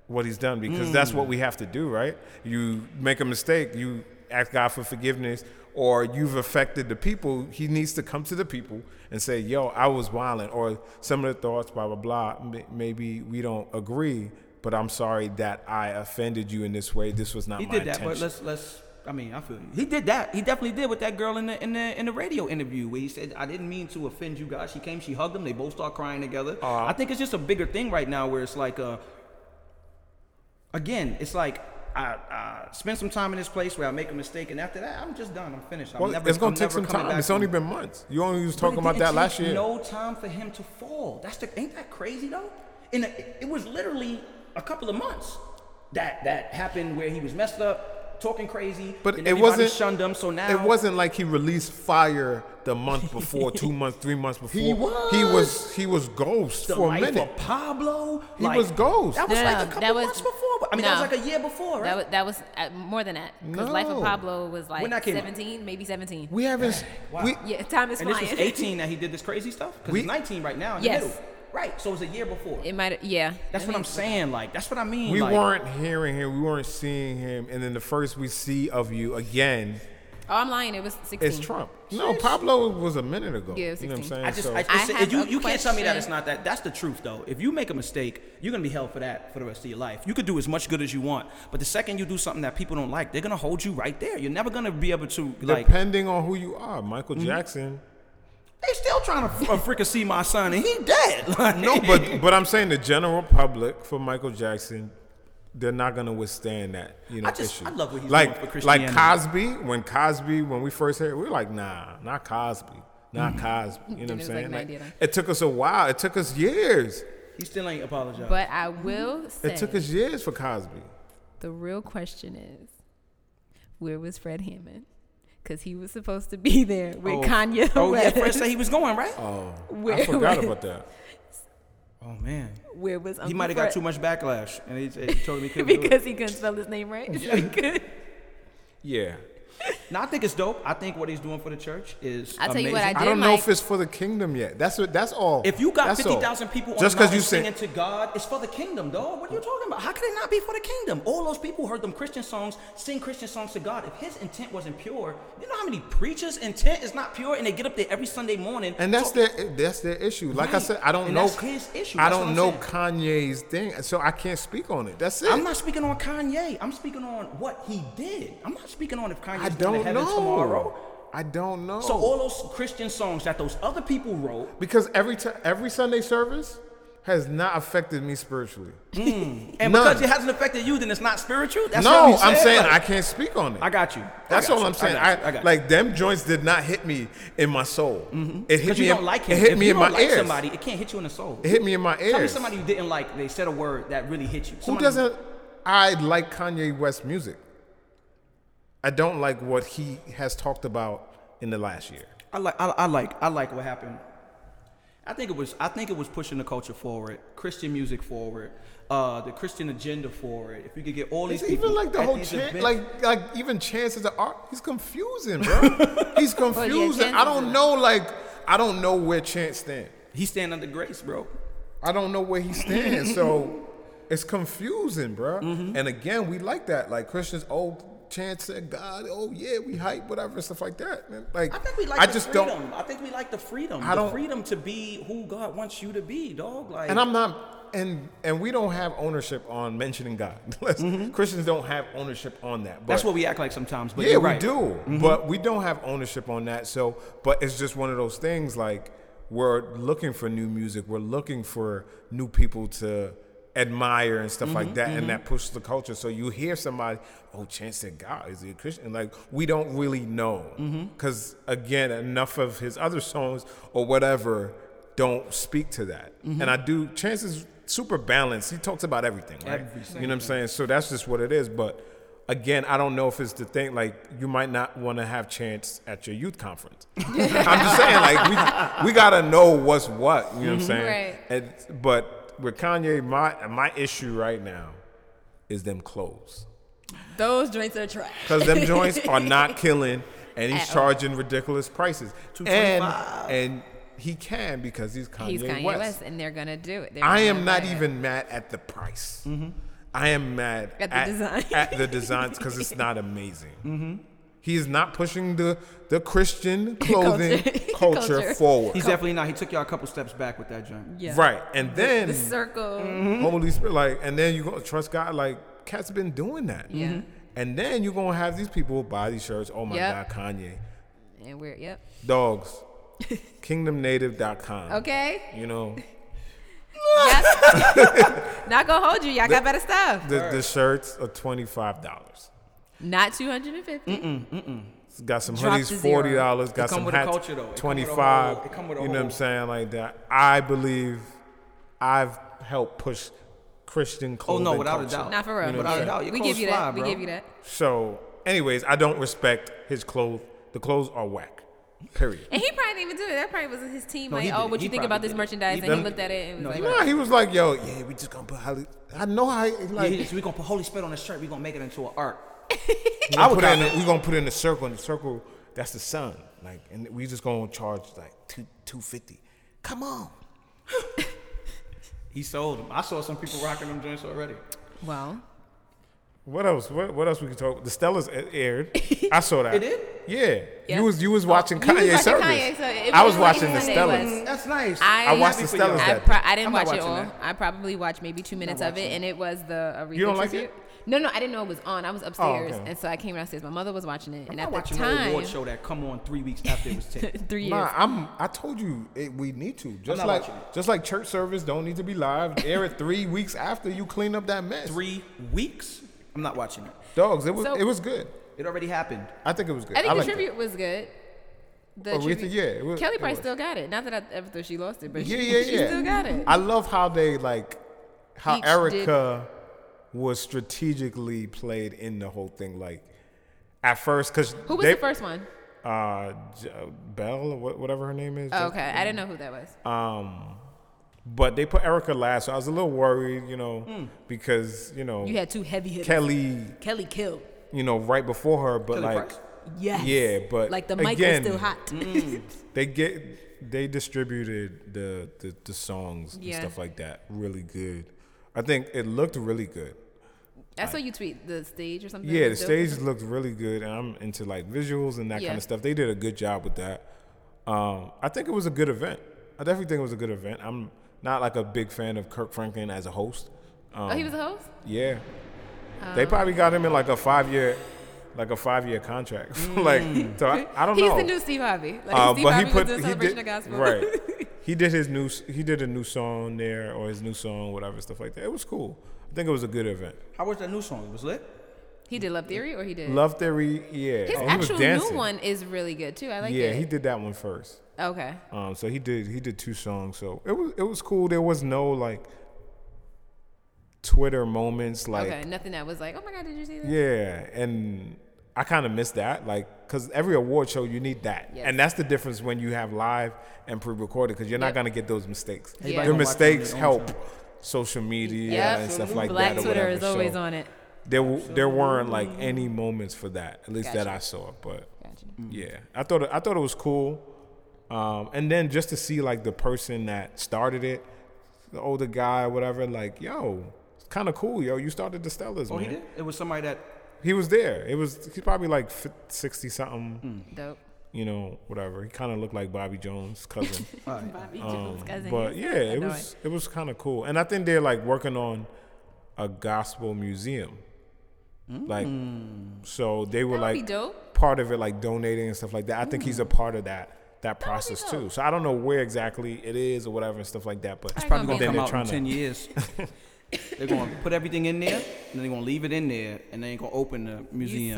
Speaker 4: what he's done because that's
Speaker 2: Mm.
Speaker 4: what we have to do, right? You make a mistake, you ask God for forgiveness, or you've affected the people. He needs to come to the people and say, "Yo, I was wilding," or some of the thoughts, blah blah blah. M- Maybe we don't agree, but I'm sorry that I offended you in this way. This was not
Speaker 2: He
Speaker 4: my
Speaker 2: did that,
Speaker 4: intention.
Speaker 2: but let's let's. I mean, I feel you. He did that. He definitely did with that girl in the in the in the radio interview where he said, "I didn't mean to offend you guys." She came, she hugged him. They both start crying together.
Speaker 4: Oh,
Speaker 2: I think it's just a bigger thing right now where it's like, uh, again, it's like I, I spend some time in this place where I make a mistake, and after that, I'm just done. I'm finished. I'm
Speaker 4: Well,
Speaker 2: never,
Speaker 4: it's gonna
Speaker 2: I'm
Speaker 4: take
Speaker 2: never
Speaker 4: some
Speaker 2: coming
Speaker 4: time.
Speaker 2: back
Speaker 4: It's only
Speaker 2: to it.
Speaker 4: been months. You only was
Speaker 2: But it
Speaker 4: talking about
Speaker 2: didn't
Speaker 4: that last
Speaker 2: take
Speaker 4: year.
Speaker 2: No time for him to fall. That's the ain't that crazy though? And it, it was literally a couple of months that that happened where he was messed up, talking crazy.
Speaker 4: But
Speaker 2: and
Speaker 4: it
Speaker 2: everybody
Speaker 4: wasn't
Speaker 2: shunned him. So now
Speaker 4: it wasn't like he released fire the month before, two months, three months before.
Speaker 2: He
Speaker 4: he
Speaker 2: was.
Speaker 4: was he was ghost
Speaker 2: the
Speaker 4: for a
Speaker 2: life
Speaker 4: minute.
Speaker 2: of Pablo.
Speaker 4: He was Ghost.
Speaker 2: That was
Speaker 3: No,
Speaker 2: like
Speaker 3: no,
Speaker 2: a couple
Speaker 3: that was-
Speaker 2: months before. but- I mean, that
Speaker 3: no.
Speaker 2: was like a year before, right?
Speaker 3: That was, that was uh, more than that. Because Life
Speaker 4: No.
Speaker 3: of Pablo was like
Speaker 2: When that came out?
Speaker 3: 17, maybe 17.
Speaker 4: we haven't
Speaker 2: Wow.
Speaker 4: we
Speaker 3: yeah, time is
Speaker 2: and this
Speaker 3: flying.
Speaker 2: was 18 that he did this crazy stuff because
Speaker 4: We-
Speaker 2: he's 19 right now. In
Speaker 3: Yes.
Speaker 2: The middle. Right. So it was a year before.
Speaker 3: It might, yeah.
Speaker 2: that's
Speaker 3: I
Speaker 2: what
Speaker 3: mean,
Speaker 2: I'm saying. Like, that's what I mean.
Speaker 4: we
Speaker 2: like,
Speaker 4: weren't hearing him, we weren't seeing him, and then the first we see of you again
Speaker 3: Oh, I'm lying. It was 16.
Speaker 4: is Trump. No, Pablo was a minute ago.
Speaker 3: Yeah, it was
Speaker 4: you know what I'm
Speaker 3: 16.
Speaker 4: saying?
Speaker 2: I just,
Speaker 4: So-
Speaker 2: I, it's-
Speaker 3: I have
Speaker 2: you,
Speaker 3: a
Speaker 2: you can't tell me that
Speaker 3: question.
Speaker 2: it's not that. That's the truth, though. If you make a mistake, you're gonna be held for that for the rest of your life. You could do as much good as you want, but the second you do something that people don't like, they're gonna hold you right there. You're never gonna be able to like. Mm-hmm.
Speaker 4: depending on who you are, Michael Jackson.
Speaker 2: They still trying to f- freaking see my son, and he dead. Like,
Speaker 4: No, but but I'm saying the general public for Michael Jackson, they're not gonna withstand that. You know,
Speaker 2: I just-
Speaker 4: issue.
Speaker 2: I love what he's
Speaker 4: like.
Speaker 2: doing for
Speaker 4: like
Speaker 2: Christianity.
Speaker 4: Cosby, when Cosby, when we first heard, we were like, nah, not Cosby, not Cosby. You know what I'm
Speaker 3: And Mm-hmm. it was like
Speaker 4: saying?
Speaker 3: 90 then.
Speaker 4: it took us a while. It took us years.
Speaker 2: he still ain't apologized.
Speaker 3: But I will say
Speaker 4: It took us years for Cosby.
Speaker 3: the real question is where was Fred Hammond? Because he was supposed to be there with Kanye
Speaker 2: Oh yeah,
Speaker 3: West.
Speaker 2: Fred said he was going right.
Speaker 3: where,
Speaker 4: I forgot
Speaker 3: was-
Speaker 4: about that.
Speaker 2: Oh man,
Speaker 3: where was Uncle
Speaker 2: he might have
Speaker 3: Fred?
Speaker 2: got too much backlash, and he, said- he told me he couldn't do it.
Speaker 3: because he couldn't spell his name right. So he couldn't.
Speaker 4: Yeah,
Speaker 2: Now I think it's dope. I think what he's doing for the church is.
Speaker 3: I'll tell you what
Speaker 2: amazing.
Speaker 3: I
Speaker 4: I
Speaker 3: did
Speaker 4: don't know
Speaker 3: like-
Speaker 4: if it's for the kingdom yet. That's what. That's all.
Speaker 2: If you got
Speaker 4: That's all.
Speaker 2: fifty thousand people on
Speaker 4: just
Speaker 2: the mountain
Speaker 4: you
Speaker 2: singing
Speaker 4: sing,
Speaker 2: to God, it's for the kingdom, dog. What are you talking about? How could it not be for the kingdom? All those people heard them Christian songs, sing Christian songs to God. If his intent wasn't pure, you know how many preachers' intent is not pure, and they get up there every Sunday morning.
Speaker 4: And that's
Speaker 2: talk-
Speaker 4: their that's their issue. Like I
Speaker 2: Right.
Speaker 4: said, I don't
Speaker 2: And
Speaker 4: know
Speaker 2: that's his issue.
Speaker 4: I
Speaker 2: That's what
Speaker 4: don't
Speaker 2: I'm
Speaker 4: know Kanye's thing, so I can't speak on it. That's it.
Speaker 2: I'm not speaking on Kanye. I'm speaking on what he did. I'm not speaking on if
Speaker 4: I
Speaker 2: Kanye's going to
Speaker 4: don't
Speaker 2: heaven
Speaker 4: know.
Speaker 2: tomorrow.
Speaker 4: I don't know.
Speaker 2: So all those Christian songs that those other people wrote,
Speaker 4: because every time every Sunday service has not affected me spiritually.
Speaker 2: and
Speaker 4: None.
Speaker 2: because it hasn't affected you, then it's not spiritual. That's what
Speaker 4: no,
Speaker 2: we
Speaker 4: I'm
Speaker 2: said?
Speaker 4: saying
Speaker 2: Like,
Speaker 4: I can't speak on it.
Speaker 2: I got you.
Speaker 4: That's
Speaker 2: I got
Speaker 4: all
Speaker 2: you.
Speaker 4: I'm saying.
Speaker 2: I,
Speaker 4: I,
Speaker 2: got you. I got you. Mm-hmm.
Speaker 4: like them joints did not hit me in my soul. It hit
Speaker 2: because
Speaker 4: me.
Speaker 2: you don't
Speaker 4: in,
Speaker 2: like him.
Speaker 4: It hit
Speaker 2: if
Speaker 4: me
Speaker 2: you
Speaker 4: in
Speaker 2: don't
Speaker 4: my
Speaker 2: like
Speaker 4: ears.
Speaker 2: somebody, it can't hit you in the soul.
Speaker 4: It hit me in my ears.
Speaker 2: Tell me somebody you didn't like. They said a word that really hit you.
Speaker 4: Who
Speaker 2: Somebody-
Speaker 4: doesn't? I like Kanye West music. I don't like what he has talked about in the last year.
Speaker 2: I like. I, I like. I like what happened. I think it was. I think it was pushing the culture forward, Christian music forward, uh, the Christian agenda forward. If you could get all these
Speaker 4: It's
Speaker 2: people,
Speaker 4: even like the
Speaker 2: at
Speaker 4: whole
Speaker 2: these
Speaker 4: chance,
Speaker 2: events-
Speaker 4: like like even chances of art. He's confusing, bro. he's confusing. I
Speaker 3: Chances
Speaker 4: don't
Speaker 3: is-
Speaker 4: know. Like I don't know where Chance stands.
Speaker 2: he stand under grace, bro.
Speaker 4: I don't know where he stands. so it's confusing, bro.
Speaker 2: Mm-hmm.
Speaker 4: And again, we like that. Like Christians, oh Chance said God. Oh yeah, we hype whatever and stuff like that. man. Like
Speaker 2: I think we like.
Speaker 4: I
Speaker 2: the
Speaker 4: just
Speaker 2: freedom.
Speaker 4: don't.
Speaker 2: I think we like the freedom.
Speaker 4: I
Speaker 2: the
Speaker 4: don't-
Speaker 2: freedom to be who God wants you to be, dog. Like,
Speaker 4: and I'm not and and we don't have ownership on mentioning God. Let's- Christians don't have ownership on that. But
Speaker 2: Mm-hmm. that's what we act like sometimes. But
Speaker 4: yeah,
Speaker 2: you're
Speaker 4: we
Speaker 2: right. Mm-hmm.
Speaker 4: do, but we don't have ownership on that. So, but it's just one of those things. Like we're looking for new music, we're looking for new people to admire and stuff
Speaker 2: Mm-hmm.
Speaker 4: like that, and that pushes the culture. So you hear somebody, oh, Chance said God is he a Christian? Like we don't really know,
Speaker 2: Mm-hmm.
Speaker 4: because again, enough of his other songs or whatever don't speak to that.
Speaker 3: Mm-hmm.
Speaker 4: And I do. Chance is super balanced. He talks about everything, right? you know what I'm saying? So that's just what it is, but again, I don't know if it's the thing. Like, you might not want to have chance at your youth conference. I'm just saying, like, we, we gotta know what's what. You know what I'm
Speaker 3: Mm-hmm.
Speaker 4: saying?
Speaker 3: Right.
Speaker 4: And, but with Kanye, my my issue right now is them clothes
Speaker 3: Those joints are trash.
Speaker 4: because them joints are not killing, and he's
Speaker 3: At all.
Speaker 4: charging ridiculous prices. And and he can because he's Kanye,
Speaker 3: He's Kanye West.
Speaker 4: West.
Speaker 3: and they're gonna do it. They're
Speaker 4: I
Speaker 3: gonna
Speaker 4: am not
Speaker 3: do it.
Speaker 4: even mad at the price. I am mad
Speaker 3: Mm-hmm. At the design. Mm-hmm.
Speaker 4: at the designs because it's not amazing. He is not pushing the the Christian clothing culture,
Speaker 3: Culture.
Speaker 4: forward.
Speaker 2: He's definitely not. He took y'all a couple steps back with that joint.
Speaker 3: Yeah.
Speaker 4: Right, Mm-hmm. and then
Speaker 3: The circle.
Speaker 4: Holy Spirit, like, and then you gonna trust God. Like, Cat's been doing that.
Speaker 3: Yeah. Mhm.
Speaker 4: And then you're gonna have these people buy these shirts. Oh my
Speaker 3: Yep.
Speaker 4: God, Kanye,
Speaker 3: And we're yep.
Speaker 4: dogs, KingdomNative.com.
Speaker 3: Okay.
Speaker 4: You know,
Speaker 3: Y'all- Not gonna hold you. Y'all got better stuff.
Speaker 4: The, the shirts are twenty five dollars.
Speaker 3: Not two hundred and fifty.
Speaker 4: Got some
Speaker 3: Drop to
Speaker 4: hoodies,
Speaker 3: zero.
Speaker 4: forty dollars. Got
Speaker 2: come
Speaker 4: some
Speaker 2: with a
Speaker 4: hats,
Speaker 2: culture, though. It come with a
Speaker 4: twenty
Speaker 2: whole-
Speaker 4: five.
Speaker 2: it come with a
Speaker 4: You know what
Speaker 2: whole-
Speaker 4: I'm saying, like that. I believe I've helped push Christian
Speaker 2: Oh
Speaker 4: clothing.
Speaker 2: no, without a
Speaker 4: culture.
Speaker 2: doubt.
Speaker 3: Not for real.
Speaker 2: You know what I'm
Speaker 3: Yeah.
Speaker 2: saying? Without a doubt.
Speaker 3: we give you that. we give you that.
Speaker 4: So, anyways, I don't respect his clothes. The clothes are whack. Period.
Speaker 3: And he probably didn't even do it. That probably was his team.
Speaker 2: No, he
Speaker 3: like, oh,
Speaker 2: did it.
Speaker 3: what
Speaker 2: He
Speaker 3: you think
Speaker 2: probably
Speaker 3: about this
Speaker 2: did it.
Speaker 3: merchandise?
Speaker 2: He
Speaker 3: and he
Speaker 4: done-
Speaker 3: looked at it and
Speaker 2: No,
Speaker 3: was
Speaker 2: he
Speaker 3: like,
Speaker 4: Nah, he was like, "Yo, yeah, we just gonna put Holly. I know how. he- Like,
Speaker 2: Yeah, so we gonna put Holy Spirit on the shirt. We gonna make it into an art.
Speaker 4: we gonna put it in. A, we gonna put it in a circle, and the circle that's the sun. Like, and we just gonna charge like two two fifty. Come on.
Speaker 2: He sold them. I saw some people rocking them joints already.
Speaker 3: well,
Speaker 4: What else? What, what else we can talk? The Stellas a- aired. I saw that.
Speaker 2: It did?
Speaker 4: Yeah.
Speaker 3: Yeah. Oh,
Speaker 4: You was you was watching
Speaker 3: You was
Speaker 4: Kanye
Speaker 3: watching
Speaker 4: service.
Speaker 3: Kanye, so it
Speaker 4: I
Speaker 3: was
Speaker 4: was watching the
Speaker 3: like Sunday was-
Speaker 4: Stellas.
Speaker 2: That's nice.
Speaker 3: I-
Speaker 4: I watched the
Speaker 2: happy for y'all.
Speaker 4: Stellas
Speaker 3: I,
Speaker 4: that
Speaker 3: pro- I didn't
Speaker 2: I'm not
Speaker 3: watch it all.
Speaker 2: watching that.
Speaker 3: I probably watched maybe two minutes of it, and it was the Aretha
Speaker 4: You don't like
Speaker 3: tribute.
Speaker 4: it?
Speaker 3: No, no, I didn't know it was on. I was upstairs,
Speaker 4: okay.
Speaker 3: and so I came downstairs. My mother was watching it,
Speaker 2: I'm
Speaker 3: and
Speaker 2: not
Speaker 3: at the
Speaker 2: watching no
Speaker 3: time,
Speaker 2: award show that come on three weeks after it was taped.
Speaker 3: three years.
Speaker 4: Nah, I'm. I told you it, we need to just
Speaker 2: not
Speaker 4: like
Speaker 2: watching it.
Speaker 4: just like church service don't need to be live. Air it three weeks after you clean up that mess.
Speaker 2: three weeks? I'm not watching it.
Speaker 4: Dogs. It was
Speaker 3: So-
Speaker 4: it was good.
Speaker 2: It already happened.
Speaker 4: I think it was good.
Speaker 3: I think the
Speaker 4: liked it.
Speaker 3: tribute was good. The
Speaker 4: Aretha,
Speaker 3: tribute-
Speaker 4: yeah, it was-
Speaker 3: Kelly
Speaker 4: it
Speaker 3: probably
Speaker 4: was.
Speaker 3: still got it. Not that I ever thought she lost it, but
Speaker 4: Yeah,
Speaker 3: she,
Speaker 4: yeah, yeah.
Speaker 3: she still got it.
Speaker 4: I love how they like how
Speaker 3: Each did-
Speaker 4: Erica was strategically played in the whole thing. Like at first, because
Speaker 3: Who was
Speaker 4: they,
Speaker 3: the first one?
Speaker 4: Uh, J- Belle, or wha- whatever her name is.
Speaker 3: Oh, okay, I didn't know who that was.
Speaker 4: Um, but they put Erica last, so I was a little worried, you know,
Speaker 3: Hmm.
Speaker 4: because you know
Speaker 3: You had two heavy hitters.
Speaker 4: Kelly,
Speaker 3: Kelly killed.
Speaker 4: you know, right before her, but
Speaker 2: Kelly
Speaker 4: like
Speaker 2: Price?
Speaker 3: Yes.
Speaker 4: Yeah, but
Speaker 3: like the mic
Speaker 4: again-
Speaker 3: was still hot. Mm.
Speaker 4: they get they distributed the the, the songs
Speaker 3: Yeah.
Speaker 4: and stuff like that really good. I think it looked really good.
Speaker 3: I saw you tweet the stage or something.
Speaker 4: Yeah, the
Speaker 3: was dope.
Speaker 4: stage looked really good, and I'm into like visuals and that
Speaker 3: Yeah.
Speaker 4: kind of stuff. They did a good job with that. Um, I think it was a good event. I definitely think it was a good event. I'm not like a big fan of Kirk Franklin as a host. Um,
Speaker 3: Oh, he Oh. was a host.
Speaker 4: yeah, they probably got him in like a five year, like a five year contract. like, so I, I don't
Speaker 3: Mm. He's
Speaker 4: know.
Speaker 3: the new Steve Harvey. Like
Speaker 4: Uh,
Speaker 3: Steve
Speaker 4: but
Speaker 3: Harvey
Speaker 4: he put
Speaker 3: was doing
Speaker 4: he
Speaker 3: celebration
Speaker 4: did,
Speaker 3: of gospel.
Speaker 4: right. He did his new s- he did a new song there or his new song whatever stuff like that. It was cool. I think it was a good event.
Speaker 2: How was that new song? It was lit?
Speaker 3: he did Love Theory, or he did.
Speaker 4: Love Theory, yeah.
Speaker 3: His
Speaker 4: and he was
Speaker 3: actual new
Speaker 4: dancing.
Speaker 3: one is really good too. I like
Speaker 4: yeah,
Speaker 3: it.
Speaker 4: he did that one first.
Speaker 3: Okay.
Speaker 4: Um, so he did he did two songs. So it was it was cool. There was no like Twitter moments like
Speaker 3: okay. Nothing that was like, oh my god, did you see that?
Speaker 4: yeah, and I kind of miss that like because every award show you need that,
Speaker 3: Yes.
Speaker 4: and that's the difference when you have live and pre-recorded because you're
Speaker 3: Yep.
Speaker 4: not gonna get those mistakes.
Speaker 3: Everybody gonna
Speaker 4: Your
Speaker 2: watch it on
Speaker 4: mistakes
Speaker 2: their own
Speaker 4: help
Speaker 2: show.
Speaker 4: social media
Speaker 3: Yep.
Speaker 4: and stuff like
Speaker 3: Black
Speaker 4: that. or
Speaker 3: Twitter
Speaker 4: whatever.
Speaker 3: is always
Speaker 4: So
Speaker 3: on it.
Speaker 4: There w- there weren't like any moments for that, at least that
Speaker 3: Gotcha.
Speaker 4: I saw, but.
Speaker 3: Gotcha.
Speaker 4: Yeah, I thought it, I thought it was cool, um, and then just to see like the person that started it, the older guy, whatever. Like, yo, it's kind of cool, yo. You started the Stellas,
Speaker 2: Oh,
Speaker 4: man.
Speaker 2: he did? It was somebody that.
Speaker 4: He was there. It was he's probably like fif- sixty something,
Speaker 3: Dope.
Speaker 4: you know, whatever. He kind of looked like Bobby Jones' cousin,
Speaker 2: All right.
Speaker 3: Bobby Jones' cousin.
Speaker 4: Um, but
Speaker 3: yes,
Speaker 4: yeah,
Speaker 3: I
Speaker 4: it
Speaker 3: know
Speaker 4: was it was kind of cool. And I think they're like working on a gospel museum, like so they were
Speaker 3: Mm. That would
Speaker 4: like
Speaker 3: be dope.
Speaker 4: part of it, like donating and stuff like that. I think
Speaker 3: Mm.
Speaker 4: he's a part of that that process too. So I don't know where exactly it is or whatever and stuff like that. But
Speaker 3: It's
Speaker 2: Probably
Speaker 3: Gonna
Speaker 2: gonna
Speaker 3: be
Speaker 2: come
Speaker 4: they're
Speaker 2: out
Speaker 4: trying
Speaker 2: in ten
Speaker 4: to-
Speaker 2: years. they're gonna put everything in there, and they're gonna leave it in there, and they ain't gonna open the museum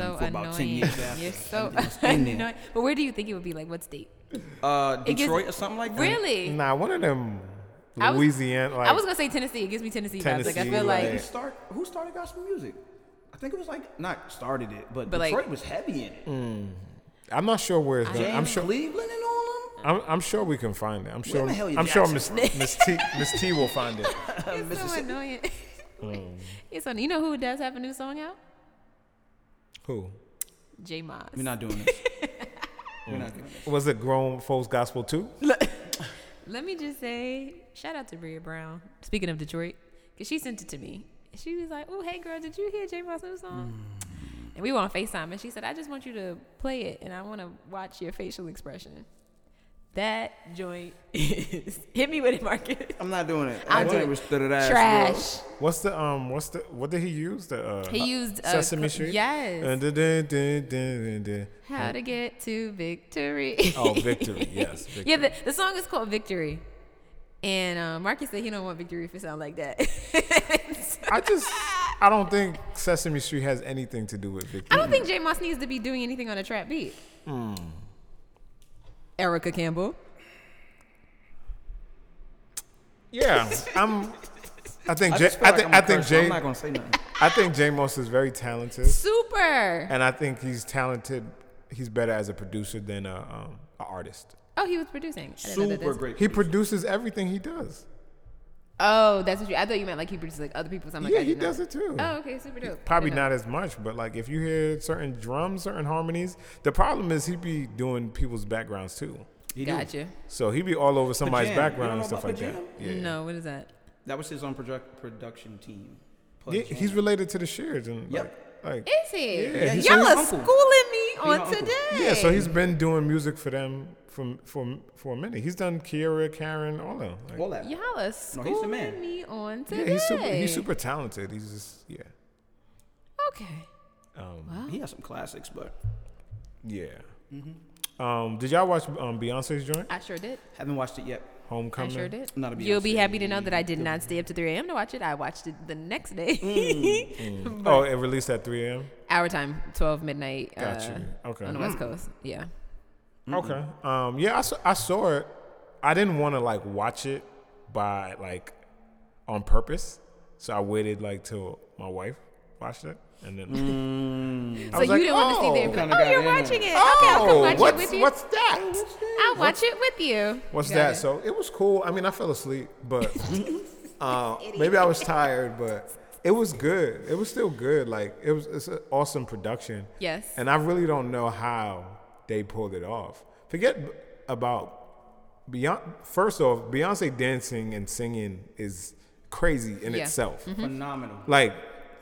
Speaker 3: You're so
Speaker 2: um, for
Speaker 3: annoying.
Speaker 2: about ten years after.
Speaker 3: You're so
Speaker 2: Everything's in there.
Speaker 3: annoying. But where do you think it would be? Like what state?
Speaker 2: Uh,
Speaker 3: It gives-
Speaker 2: Detroit or something like that.
Speaker 3: Really?
Speaker 4: nah, one of them
Speaker 3: I was-
Speaker 4: Louisiana.
Speaker 3: I was
Speaker 4: Mm, like,
Speaker 3: gonna say Tennessee. It gives me Tennessee, vibes. Like I
Speaker 4: Tennessee,
Speaker 3: feel
Speaker 4: like-
Speaker 3: like,
Speaker 2: Who start? Who started gospel music? I think it was like not started it, but,
Speaker 3: But, like-
Speaker 2: Detroit was heavy in it.
Speaker 4: I'm not sure where it's going.
Speaker 2: James
Speaker 4: Mm. I'm sure.
Speaker 2: Cleveland and all them.
Speaker 4: I'm, I'm sure we can find it. I'm sure.
Speaker 2: the hell is
Speaker 4: I'm sure Miss
Speaker 2: Jackson?
Speaker 4: Miss T Miss T will find it.
Speaker 3: it's so annoying.
Speaker 4: Oh.
Speaker 3: it's funny. You know who does have a new song out?
Speaker 4: Who
Speaker 3: J Moss.
Speaker 2: We're not doing this. We're not doing this.
Speaker 4: was it? Grown folks gospel too?
Speaker 3: Let me just say, shout out to Bria Brown. Speaking of Detroit, because she sent it to me. And She was like, "Oh, hey girl, did you hear J Moss new song?" And we were on Facetime, and she said, "I just want you to play it, and I want to watch your facial expression." That joint is hit me with it, Marcus.
Speaker 2: I'm not doing it.
Speaker 3: I'm
Speaker 2: That
Speaker 3: doing
Speaker 2: joint was third ass, bro.
Speaker 3: Trash.
Speaker 4: What's the um? What's the what did he use? The uh,
Speaker 3: He used, uh,
Speaker 4: Sesame
Speaker 3: cl-
Speaker 4: Street.
Speaker 3: yes.
Speaker 4: Uh, dun, dun, dun, dun, dun, dun.
Speaker 3: How to get to victory?
Speaker 4: Oh, victory! Yes. Victory.
Speaker 3: yeah, the, the song is called Victory. And uh, Marcus said he don't want Victory to sound like that.
Speaker 4: I just, I don't think Sesame Street has anything to do with Victory.
Speaker 3: I don't think J Moss needs to be doing anything on a trap beat. Erica Campbell.
Speaker 4: Yeah, I'm. I think
Speaker 2: I,
Speaker 4: J- I,
Speaker 2: just feel like
Speaker 4: think
Speaker 2: I'm a
Speaker 4: I think
Speaker 2: curse, so I'm
Speaker 4: Jay
Speaker 2: not gonna say nothing.
Speaker 4: I think J Moss is very talented,
Speaker 3: Super.
Speaker 4: and I think he's talented. He's better as a producer than a um, an artist.
Speaker 3: Oh, he was producing. I didn't know that
Speaker 2: Super
Speaker 3: that's-
Speaker 2: great.
Speaker 4: He produces everything he does.
Speaker 3: Oh, that's what you. I thought you meant like he produces like other people's. I'm like,
Speaker 4: yeah,
Speaker 3: I
Speaker 4: he
Speaker 3: didn't know
Speaker 4: does
Speaker 3: that.
Speaker 4: it too.
Speaker 3: Oh, okay, super dope.
Speaker 4: Probably
Speaker 3: Didn't know.
Speaker 4: not as much, but like if you hear certain drums, certain harmonies, the problem is he be doing people's backgrounds too.
Speaker 2: He do.
Speaker 3: Gotcha.
Speaker 4: So he be all over somebody's
Speaker 2: Pajam. You
Speaker 4: background and
Speaker 2: don't know
Speaker 4: stuff like
Speaker 2: about
Speaker 4: that.
Speaker 2: Pajam?
Speaker 4: Yeah.
Speaker 3: No, what is that?
Speaker 2: That was his own project, production team.
Speaker 4: Yeah, he's
Speaker 2: really.
Speaker 4: related to the Shears and
Speaker 2: Yep.
Speaker 4: like, like
Speaker 3: Is it?
Speaker 4: Yeah, he's
Speaker 3: Y'all
Speaker 2: his
Speaker 3: are
Speaker 2: uncle.
Speaker 3: schooling me
Speaker 2: your
Speaker 3: on
Speaker 2: uncle.
Speaker 3: today.
Speaker 4: yeah. So he's been doing music for them from for for a minute. He's done Kiera, Karen, all of them. Like,
Speaker 2: All that.
Speaker 3: Y'all are
Speaker 2: No,
Speaker 3: schooling
Speaker 2: he's the man.
Speaker 3: me on
Speaker 4: yeah,
Speaker 3: today.
Speaker 4: he's super. He's super talented. He's just yeah. um,
Speaker 3: Okay.
Speaker 2: He has some classics, but
Speaker 4: Yeah.
Speaker 3: Mm-hmm.
Speaker 4: Um, did y'all watch um, Beyonce's joint
Speaker 3: I sure did.
Speaker 2: haven't watched it yet.
Speaker 4: Homecoming?
Speaker 3: I sure did.
Speaker 2: Not a
Speaker 3: You'll be
Speaker 2: Beyonce
Speaker 3: happy to know that I did not stay up to 3 a.m. to watch it. I watched it the next day.
Speaker 4: Oh, it released at 3 a.m.
Speaker 3: Our time, 12 midnight.
Speaker 4: Got
Speaker 3: uh,
Speaker 4: you. Okay.
Speaker 3: On the West Coast. Yeah.
Speaker 4: Okay. Um, yeah, I saw, I saw it. I didn't want to like watch it by like on purpose, so I waited like till my wife watched it, and then I
Speaker 3: Mm. So
Speaker 4: was
Speaker 3: you
Speaker 4: like,
Speaker 3: didn't want to see there.
Speaker 4: "Oh,
Speaker 3: and be like,
Speaker 2: kinda
Speaker 3: oh,
Speaker 2: got
Speaker 3: you're
Speaker 2: in on
Speaker 3: watching it. okay, I'll come
Speaker 4: Oh,
Speaker 3: watch it
Speaker 4: what's
Speaker 3: with you.
Speaker 4: what's that?
Speaker 3: I'll watch it with you.
Speaker 4: What's
Speaker 3: Got
Speaker 4: that?
Speaker 3: it.
Speaker 4: So it was cool. I mean, I fell asleep, but uh, maybe I was tired, but it was good. It was still good. Like it was, it's an awesome production.
Speaker 3: Yes.
Speaker 4: And I really don't know how they pulled it off. Forget b- about Beyonce. First off, Beyonce dancing and singing is crazy in
Speaker 3: Yeah. Mm-hmm.
Speaker 4: itself.
Speaker 3: Hmm?
Speaker 2: Phenomenal.
Speaker 4: Like,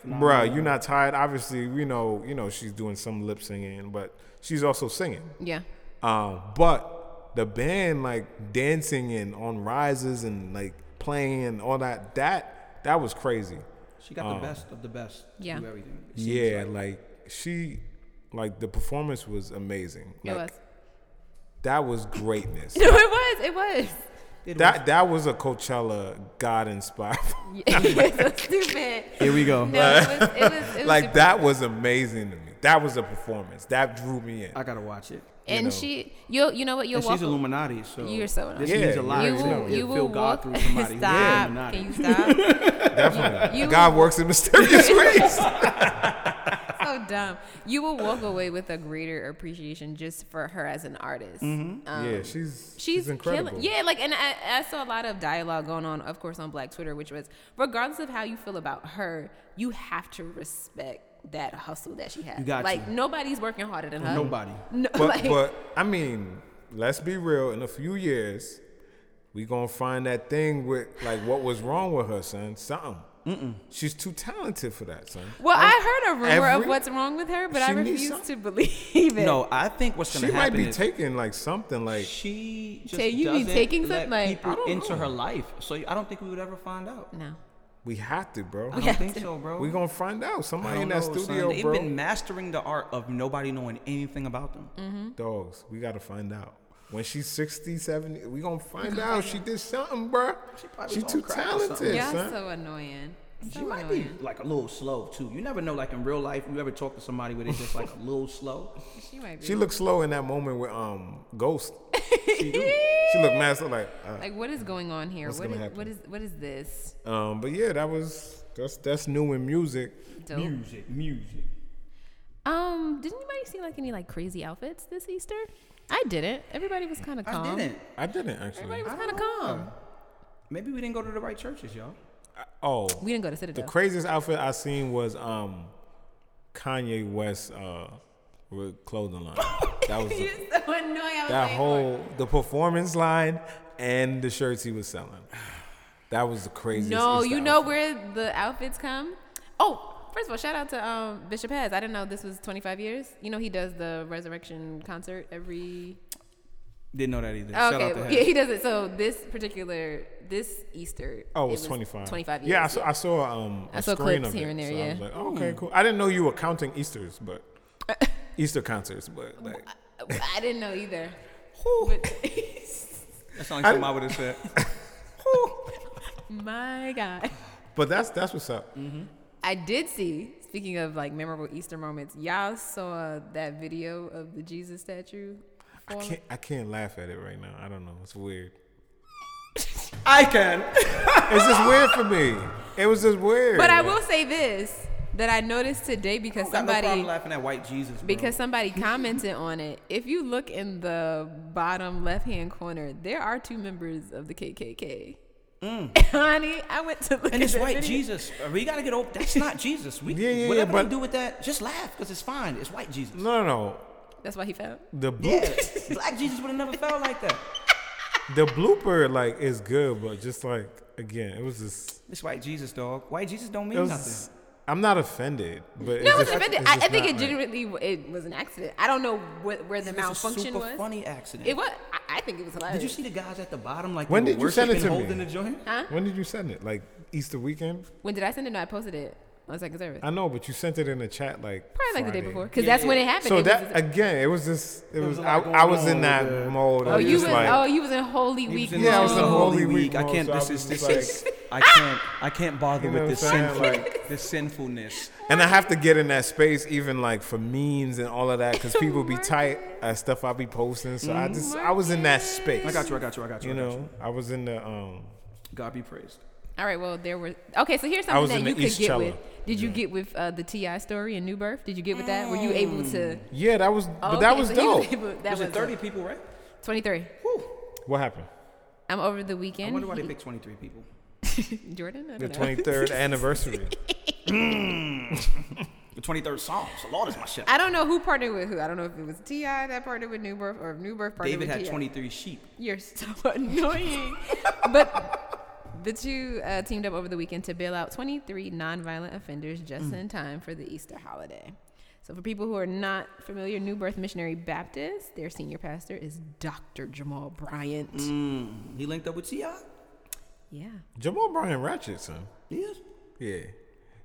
Speaker 4: bruh, you're not tired. Obviously, we know, you know, she's doing some lip singing, but she's also singing.
Speaker 3: Yeah.
Speaker 4: Um, but the band like dancing and on rises and like playing and all that that that was crazy.
Speaker 2: She got the best of the best.
Speaker 3: Yeah.
Speaker 2: To do everything. It seems
Speaker 4: Oh. Yeah,
Speaker 2: like.
Speaker 4: like she like the performance was amazing. Like
Speaker 3: it was.
Speaker 4: that was greatness.
Speaker 3: No, it was. It was.
Speaker 2: It
Speaker 4: that that was a Coachella God inspired.
Speaker 3: Yeah, it's so stupid.
Speaker 2: was- Here we go.
Speaker 3: No, it was, it was, it was
Speaker 4: like
Speaker 3: super-
Speaker 4: that was amazing to me. That was a performance. That drew me in.
Speaker 2: I gotta watch it.
Speaker 3: And
Speaker 4: know.
Speaker 3: she, you, you know what? You'll
Speaker 2: And
Speaker 3: walk.
Speaker 2: she's Illuminati, so
Speaker 3: You're so
Speaker 2: this
Speaker 4: nice.
Speaker 2: means
Speaker 4: Yeah,
Speaker 2: a lot.
Speaker 3: you
Speaker 4: Right,
Speaker 2: to
Speaker 4: so
Speaker 3: will, you will
Speaker 2: feel God
Speaker 3: walk.
Speaker 2: through somebody.
Speaker 3: stop. Can
Speaker 2: Who's
Speaker 3: you
Speaker 2: Illuminati.
Speaker 3: stop?
Speaker 4: Definitely.
Speaker 3: you-
Speaker 4: God works in mysterious ways.
Speaker 3: so dumb. You will walk away with a greater appreciation just for her as an artist. Um,
Speaker 4: Mm-hmm. yeah, she's
Speaker 3: She's,
Speaker 4: she's incredible.
Speaker 3: killing. Yeah, like, and I, I saw a lot of dialogue going on, of course, on Black Twitter, which was regardless of how you feel about her, you have to respect that hustle that she has.
Speaker 2: You got
Speaker 3: like
Speaker 2: to.
Speaker 3: nobody's working harder than her.
Speaker 2: Nobody.
Speaker 3: No,
Speaker 4: But
Speaker 3: like,
Speaker 4: but I mean, let's be real. In a few years, we gonna find that thing with like what was wrong with her, son. Something. She's too talented for that, son.
Speaker 3: well, I heard a rumor
Speaker 4: every-
Speaker 3: of what's wrong with her, but I
Speaker 4: She needs
Speaker 3: refuse to
Speaker 4: some-
Speaker 3: believe it.
Speaker 2: No, I think what's gonna
Speaker 4: She might
Speaker 2: happen
Speaker 4: be
Speaker 2: is
Speaker 4: taking like something like
Speaker 2: she just
Speaker 3: Tay, you be
Speaker 2: doesn't
Speaker 3: taking
Speaker 2: let
Speaker 3: something like-
Speaker 2: people
Speaker 3: I don't
Speaker 2: into
Speaker 4: know.
Speaker 2: her life. So I don't think we would ever find out.
Speaker 3: no.
Speaker 4: we have to, bro.
Speaker 2: I don't think so, bro.
Speaker 4: We gonna find out.
Speaker 2: I
Speaker 4: Somebody
Speaker 2: don't
Speaker 4: in that
Speaker 2: know, son.
Speaker 4: studio,
Speaker 2: They've
Speaker 4: bro.
Speaker 2: been mastering the art of nobody knowing anything about them.
Speaker 3: Mm,
Speaker 4: Dogs. We gotta find out. When she's 60, 70, we gonna find out she did something, bro.
Speaker 2: She probably
Speaker 4: She
Speaker 2: was
Speaker 4: too
Speaker 2: on crack or something.
Speaker 4: talented,
Speaker 3: Y'all
Speaker 4: son.
Speaker 3: so annoying. So
Speaker 2: She might be
Speaker 3: annoying.
Speaker 2: like a little slow too. You never know. Like in real life, you ever talk to somebody where they just like a little slow.
Speaker 3: She might be.
Speaker 4: She looked slow in that moment with um Ghost. She looked mad, so like. Uh,
Speaker 3: like, what is going on here?
Speaker 4: What's
Speaker 3: What
Speaker 4: gonna
Speaker 3: is, what is what is this?
Speaker 4: Um, but yeah, that was that's that's new in music.
Speaker 3: Dope.
Speaker 2: Music, music.
Speaker 3: Um, did anybody see like any like crazy outfits this Easter? I didn't. Everybody was kind of calm.
Speaker 2: I didn't.
Speaker 4: I didn't actually.
Speaker 3: Everybody was kind of calm.
Speaker 2: Maybe we didn't go to the right churches, y'all.
Speaker 4: Oh,
Speaker 3: We didn't go
Speaker 4: the
Speaker 3: to Citadel.
Speaker 4: craziest outfit I seen was um Kanye West uh with clothing line. That was
Speaker 3: You're
Speaker 4: the,
Speaker 3: so annoying. I was
Speaker 4: that
Speaker 3: like,
Speaker 4: whole the performance line and the shirts he was selling. That was the craziest.
Speaker 3: No,
Speaker 4: Easter
Speaker 3: you know
Speaker 4: outfit.
Speaker 3: where the outfits come. Oh, first of all, shout out to um, Bishop Haz. I didn't know this was 25 years. You know he does the resurrection concert every.
Speaker 2: Didn't know that either. Shout
Speaker 3: okay,
Speaker 2: out to
Speaker 3: yeah,
Speaker 2: him.
Speaker 3: he does it. So this particular this Easter.
Speaker 4: Oh, it was, 25.
Speaker 3: 25 years.
Speaker 4: Yeah, I saw, I saw um a
Speaker 3: I saw
Speaker 4: screen
Speaker 3: clips
Speaker 4: of
Speaker 3: here
Speaker 4: it,
Speaker 3: and there,
Speaker 4: so I
Speaker 3: yeah. Hmm.
Speaker 4: was like, okay, cool. I didn't know you were counting Easter's, but Easter concerts, but like
Speaker 3: I didn't know either.
Speaker 2: Whew.
Speaker 3: But
Speaker 2: That sounds like something I would have said.
Speaker 3: My God.
Speaker 4: But that's that's what's up.
Speaker 3: I did see, speaking of like memorable Easter moments, y'all saw that video of the Jesus statue.
Speaker 4: I
Speaker 3: falling?
Speaker 4: can't I can't laugh at it right now. I don't know. It's weird.
Speaker 2: I can.
Speaker 4: It's just weird for me. It was just weird.
Speaker 3: But I will say this that I noticed today because
Speaker 2: Got no
Speaker 3: somebody
Speaker 2: problem laughing at white Jesus. Bro.
Speaker 3: because somebody commented on it. If you look in the bottom left hand corner, there are two members of the KKK. Honey, I went to look
Speaker 2: Mm. and
Speaker 3: at
Speaker 2: it's
Speaker 3: that
Speaker 2: white
Speaker 3: video.
Speaker 2: Jesus. We gotta get over. That's not Jesus. We
Speaker 4: Yeah, yeah, yeah,
Speaker 2: whatever
Speaker 4: but-
Speaker 2: they do with that, just laugh because it's fine. It's white Jesus.
Speaker 4: No, no, no.
Speaker 3: That's why he fell.
Speaker 4: The blue,
Speaker 2: Yeah, black Jesus would have never felt like that.
Speaker 4: the blooper like is good, but just like again, it was just.
Speaker 2: It's white Jesus, dog. White Jesus don't
Speaker 4: It
Speaker 2: mean
Speaker 4: was,
Speaker 2: nothing.
Speaker 4: I'm not offended, but
Speaker 3: No, I
Speaker 4: it's
Speaker 3: was
Speaker 4: just,
Speaker 3: offended.
Speaker 4: it's
Speaker 3: I,
Speaker 4: just
Speaker 3: I think
Speaker 4: not
Speaker 3: it
Speaker 4: right.
Speaker 3: genuinely it was an accident. I don't know what, where the
Speaker 2: It was a
Speaker 3: malfunction
Speaker 2: super
Speaker 3: was.
Speaker 2: funny accident.
Speaker 3: It was. I, I think it was hilarious.
Speaker 2: Did you see the guys at the bottom like
Speaker 4: When
Speaker 2: they
Speaker 4: did
Speaker 2: were
Speaker 4: you send it
Speaker 2: worshiping,
Speaker 4: to me?
Speaker 2: holding the joint?
Speaker 4: When did you send it? Like Easter weekend?
Speaker 3: When did I send it? No, I posted it on second service.
Speaker 4: I know, but you sent it in the chat like
Speaker 3: Probably like the day
Speaker 4: Friday.
Speaker 3: before, because that's when it happened.
Speaker 4: So
Speaker 3: It was-
Speaker 4: that again, it was just it was,
Speaker 2: was a
Speaker 4: I,
Speaker 2: lot going
Speaker 4: I was in
Speaker 2: on
Speaker 4: that
Speaker 2: with that.
Speaker 4: mode.
Speaker 3: oh,
Speaker 4: of
Speaker 3: you
Speaker 4: just
Speaker 3: was
Speaker 4: like,
Speaker 3: oh you was in Holy Week.
Speaker 2: Even
Speaker 4: Yeah, it was
Speaker 2: though
Speaker 4: the
Speaker 2: it's
Speaker 4: whole-
Speaker 3: mode.
Speaker 4: Holy Week
Speaker 2: I
Speaker 4: mode,
Speaker 2: can't.
Speaker 4: so I
Speaker 2: This
Speaker 4: was
Speaker 2: is
Speaker 4: just
Speaker 2: this is. I can't. I can't bother
Speaker 4: You know
Speaker 2: with this
Speaker 4: what I'm saying?
Speaker 2: sinful.
Speaker 4: Like-
Speaker 2: this sinfulness.
Speaker 4: and I have to get in that space even like for memes and all of that because people be
Speaker 3: Marcus.
Speaker 4: tight at stuff I be posting. So I just I was in that space.
Speaker 2: I got you. I got you. I got you.
Speaker 4: You
Speaker 2: I got
Speaker 4: know, I was in the um.
Speaker 2: God be praised.
Speaker 3: All right, well there were okay. So here's
Speaker 4: I was
Speaker 3: something
Speaker 4: in
Speaker 3: that
Speaker 4: the
Speaker 3: you could
Speaker 4: East
Speaker 3: get
Speaker 4: Cellar.
Speaker 3: with. Did you get with uh, the Ti story and New Birth? Did you get with that? Were you able to?
Speaker 4: Yeah, that was, but
Speaker 3: Oh,
Speaker 4: that
Speaker 3: okay,
Speaker 4: was
Speaker 3: so he
Speaker 4: dope.
Speaker 3: able- that
Speaker 2: Mm. Was it
Speaker 3: was
Speaker 2: 30 people, right?
Speaker 3: Twenty three.
Speaker 4: what happened?
Speaker 3: I'm over the
Speaker 2: I
Speaker 3: weekend.
Speaker 2: wonder why they picked 23 people.
Speaker 3: Jordan. I
Speaker 4: The
Speaker 3: don't know.
Speaker 4: 23rd anniversary.
Speaker 2: The 23rd Psalms. The Lord is my shepherd.
Speaker 3: I don't know who partnered with who. I don't know if it was Ti that partnered with New Birth or if New Birth partnered
Speaker 2: David
Speaker 3: with
Speaker 2: had
Speaker 3: T.I..
Speaker 2: 23 sheep.
Speaker 3: You're so annoying. but the two uh, teamed up over the weekend to bail out 23 nonviolent offenders just
Speaker 4: Mm.
Speaker 3: in time for the Easter holiday. So, for people who are not familiar, New Birth Missionary Baptist, their senior pastor is Dr. Jamal Bryant.
Speaker 4: Mm.
Speaker 2: He linked up with T.I.
Speaker 3: Yeah.
Speaker 4: Jamal Bryan Ratchet, son.
Speaker 2: He is.
Speaker 4: Yeah,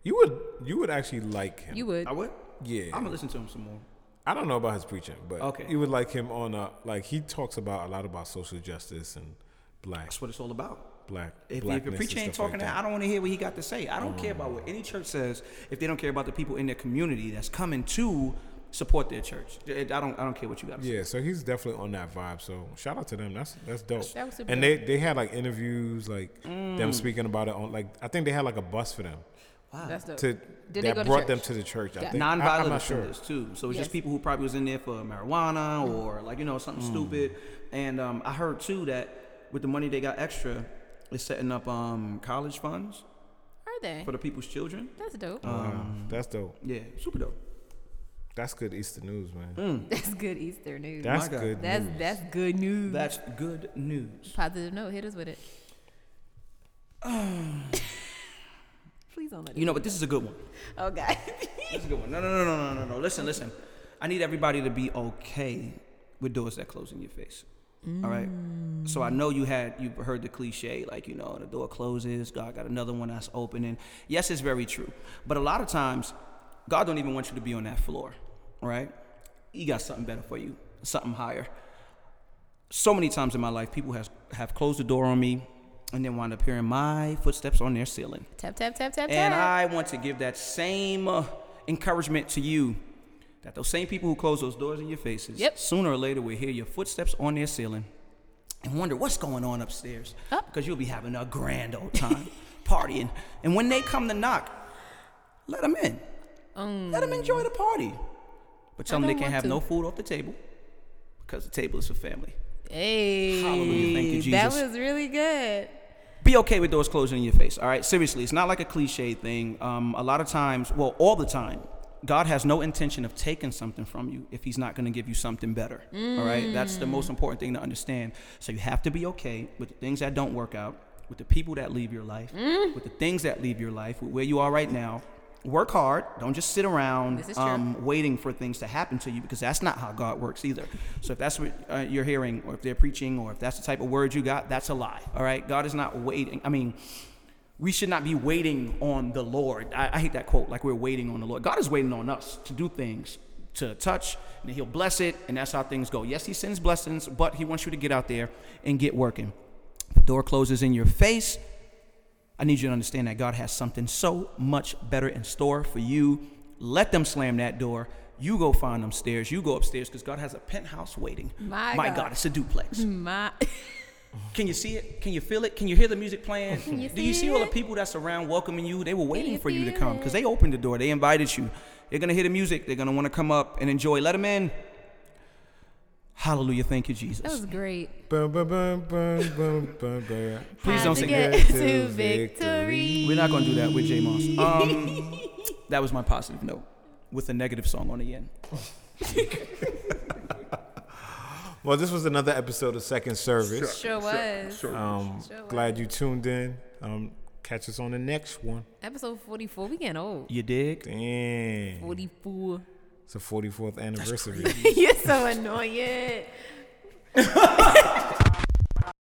Speaker 4: you would you would actually like him.
Speaker 3: You would.
Speaker 2: I would.
Speaker 4: Yeah,
Speaker 2: I'm gonna listen to him some more.
Speaker 4: I don't know about his preaching, but
Speaker 2: Okay.
Speaker 4: you would like him on a like he talks about a lot about social justice and black
Speaker 2: That's what it's all about.
Speaker 4: black.
Speaker 2: If, if
Speaker 4: blackness
Speaker 2: your
Speaker 4: and
Speaker 2: preacher ain't
Speaker 4: stuff like Mm.
Speaker 2: talking that, I don't want to hear what he got to say. I don't care about what any church says if they don't care about the people in their community that's coming to support their church. I I don't. I don't care what you got to say.
Speaker 4: Yeah, so he's definitely on that vibe. So shout out to them. That's that's dope.
Speaker 3: That was Mm. super
Speaker 4: and they they had like interviews, like them speaking about it on like I think they had like a bus for them
Speaker 3: That's dope.
Speaker 4: to
Speaker 3: Uh, Did they
Speaker 4: that
Speaker 3: go to
Speaker 4: brought
Speaker 3: church?
Speaker 4: them to the church. I
Speaker 3: Yeah.
Speaker 4: think
Speaker 2: Nonviolent
Speaker 4: I, am not sure.
Speaker 2: offenders too. So it's
Speaker 3: Yes.
Speaker 2: just people who probably was in there for marijuana or like you know something
Speaker 4: Mm.
Speaker 2: stupid. And um, I heard too that with the money they got extra, is setting up um, college funds
Speaker 3: are they?
Speaker 2: for the people's children.
Speaker 3: That's dope.
Speaker 4: Wow, Um,
Speaker 2: Um,
Speaker 4: that's dope.
Speaker 2: Yeah, super dope.
Speaker 4: That's good Easter news, man.
Speaker 3: that's good Easter news.
Speaker 4: That's
Speaker 2: Mm, God.
Speaker 4: good.
Speaker 3: that's,
Speaker 4: news.
Speaker 3: that's good news.
Speaker 2: That's good news.
Speaker 3: Positive note. Hit us with it. Please don't let it.
Speaker 2: You know, but this is a good one.
Speaker 3: Oh, God.
Speaker 2: This is a good one. No, no, no, no, no, no, no. Listen, listen. I need everybody to be okay with doors that close in your face. All right. So I know you had you have heard the cliche like you know the door closes, God got another one that's opening. Yes, it's very true. But a lot of times, God don't even want you to be on that floor. All right. He got something better for you, something higher. So many times in my life, people has have closed the door on me, and then wind up hearing my footsteps on their ceiling.
Speaker 3: tap, tap, tap, tap, tap.
Speaker 2: And I want to give that same uh, encouragement to you that those same people who close those doors in your faces,
Speaker 3: Yep.
Speaker 2: sooner or later will hear your footsteps on their ceiling and wonder what's going on upstairs.
Speaker 3: Up.
Speaker 2: Because you'll be having a grand old time partying. And when they come to knock, let them in. Let them enjoy the party. But tell
Speaker 3: Mm. I
Speaker 2: them they
Speaker 3: don't
Speaker 2: can't
Speaker 3: want
Speaker 2: have
Speaker 3: to.
Speaker 2: no food off the table because the table is for family.
Speaker 3: Hey,
Speaker 2: Hallelujah. Thank you,
Speaker 3: That
Speaker 2: Jesus.
Speaker 3: was really good.
Speaker 2: be okay with doors closing in your face. All right, seriously, it's not like a cliche thing. Um, a lot of times, well, all the time, God has no intention of taking something from you if He's not going to give you something better. All right, that's the most important thing to understand. So you have to be okay with the things that don't work out, with the people that leave your life,
Speaker 3: Mm.
Speaker 2: with the things that leave your life, with where you are right now. Work hard. Don't just sit around
Speaker 3: This is true.
Speaker 2: um, waiting for things to happen to you because that's not how God works either. So if that's what uh, you're hearing, or if they're preaching, or if that's the type of word you got, that's a lie. All right, God is not waiting. I mean, we should not be waiting on the Lord. I, I hate that quote. Like we're waiting on the Lord. God is waiting on us to do things, to touch, and He'll bless it, and that's how things go. Yes, He sends blessings, but He wants you to get out there and get working. Door closes in your face I need you to understand that God has something so much better in store for you. Let them slam that door. You go find them stairs. You go upstairs because God has a penthouse waiting.
Speaker 3: My
Speaker 2: My
Speaker 3: God. Mm-hmm.
Speaker 2: God, it's a duplex.
Speaker 3: My
Speaker 2: Can you see it? Can you feel it? Can you hear the music playing?
Speaker 3: you
Speaker 2: Do you
Speaker 3: see
Speaker 2: see all the
Speaker 3: it?
Speaker 2: people that's around welcoming you? They were waiting
Speaker 3: you
Speaker 2: for you to
Speaker 3: feel
Speaker 2: come because they opened the door. They invited you. They're gonna hear the music. They're gonna want to come up and enjoy. Let them in. Hallelujah! Thank you, Jesus.
Speaker 3: that was great.
Speaker 4: Bum, bum, bum, bum, bum, bum, bum.
Speaker 2: Please
Speaker 3: How'd
Speaker 2: don't
Speaker 3: you
Speaker 2: sing
Speaker 3: get
Speaker 4: that.
Speaker 3: to
Speaker 4: To
Speaker 3: victory.
Speaker 4: victory.
Speaker 2: We're not gonna do that with J Moss. Um, that was my positive note with a negative song on the end.
Speaker 4: Well, this was another episode of Second Service.
Speaker 3: Sure was.
Speaker 4: Um,
Speaker 3: Sure was.
Speaker 4: glad you tuned in. Um, catch us on the next one.
Speaker 3: Episode 44. We getting old.
Speaker 2: You dig?
Speaker 4: Damn.
Speaker 3: 44.
Speaker 4: It's the 44th anniversary.
Speaker 3: You're so annoying.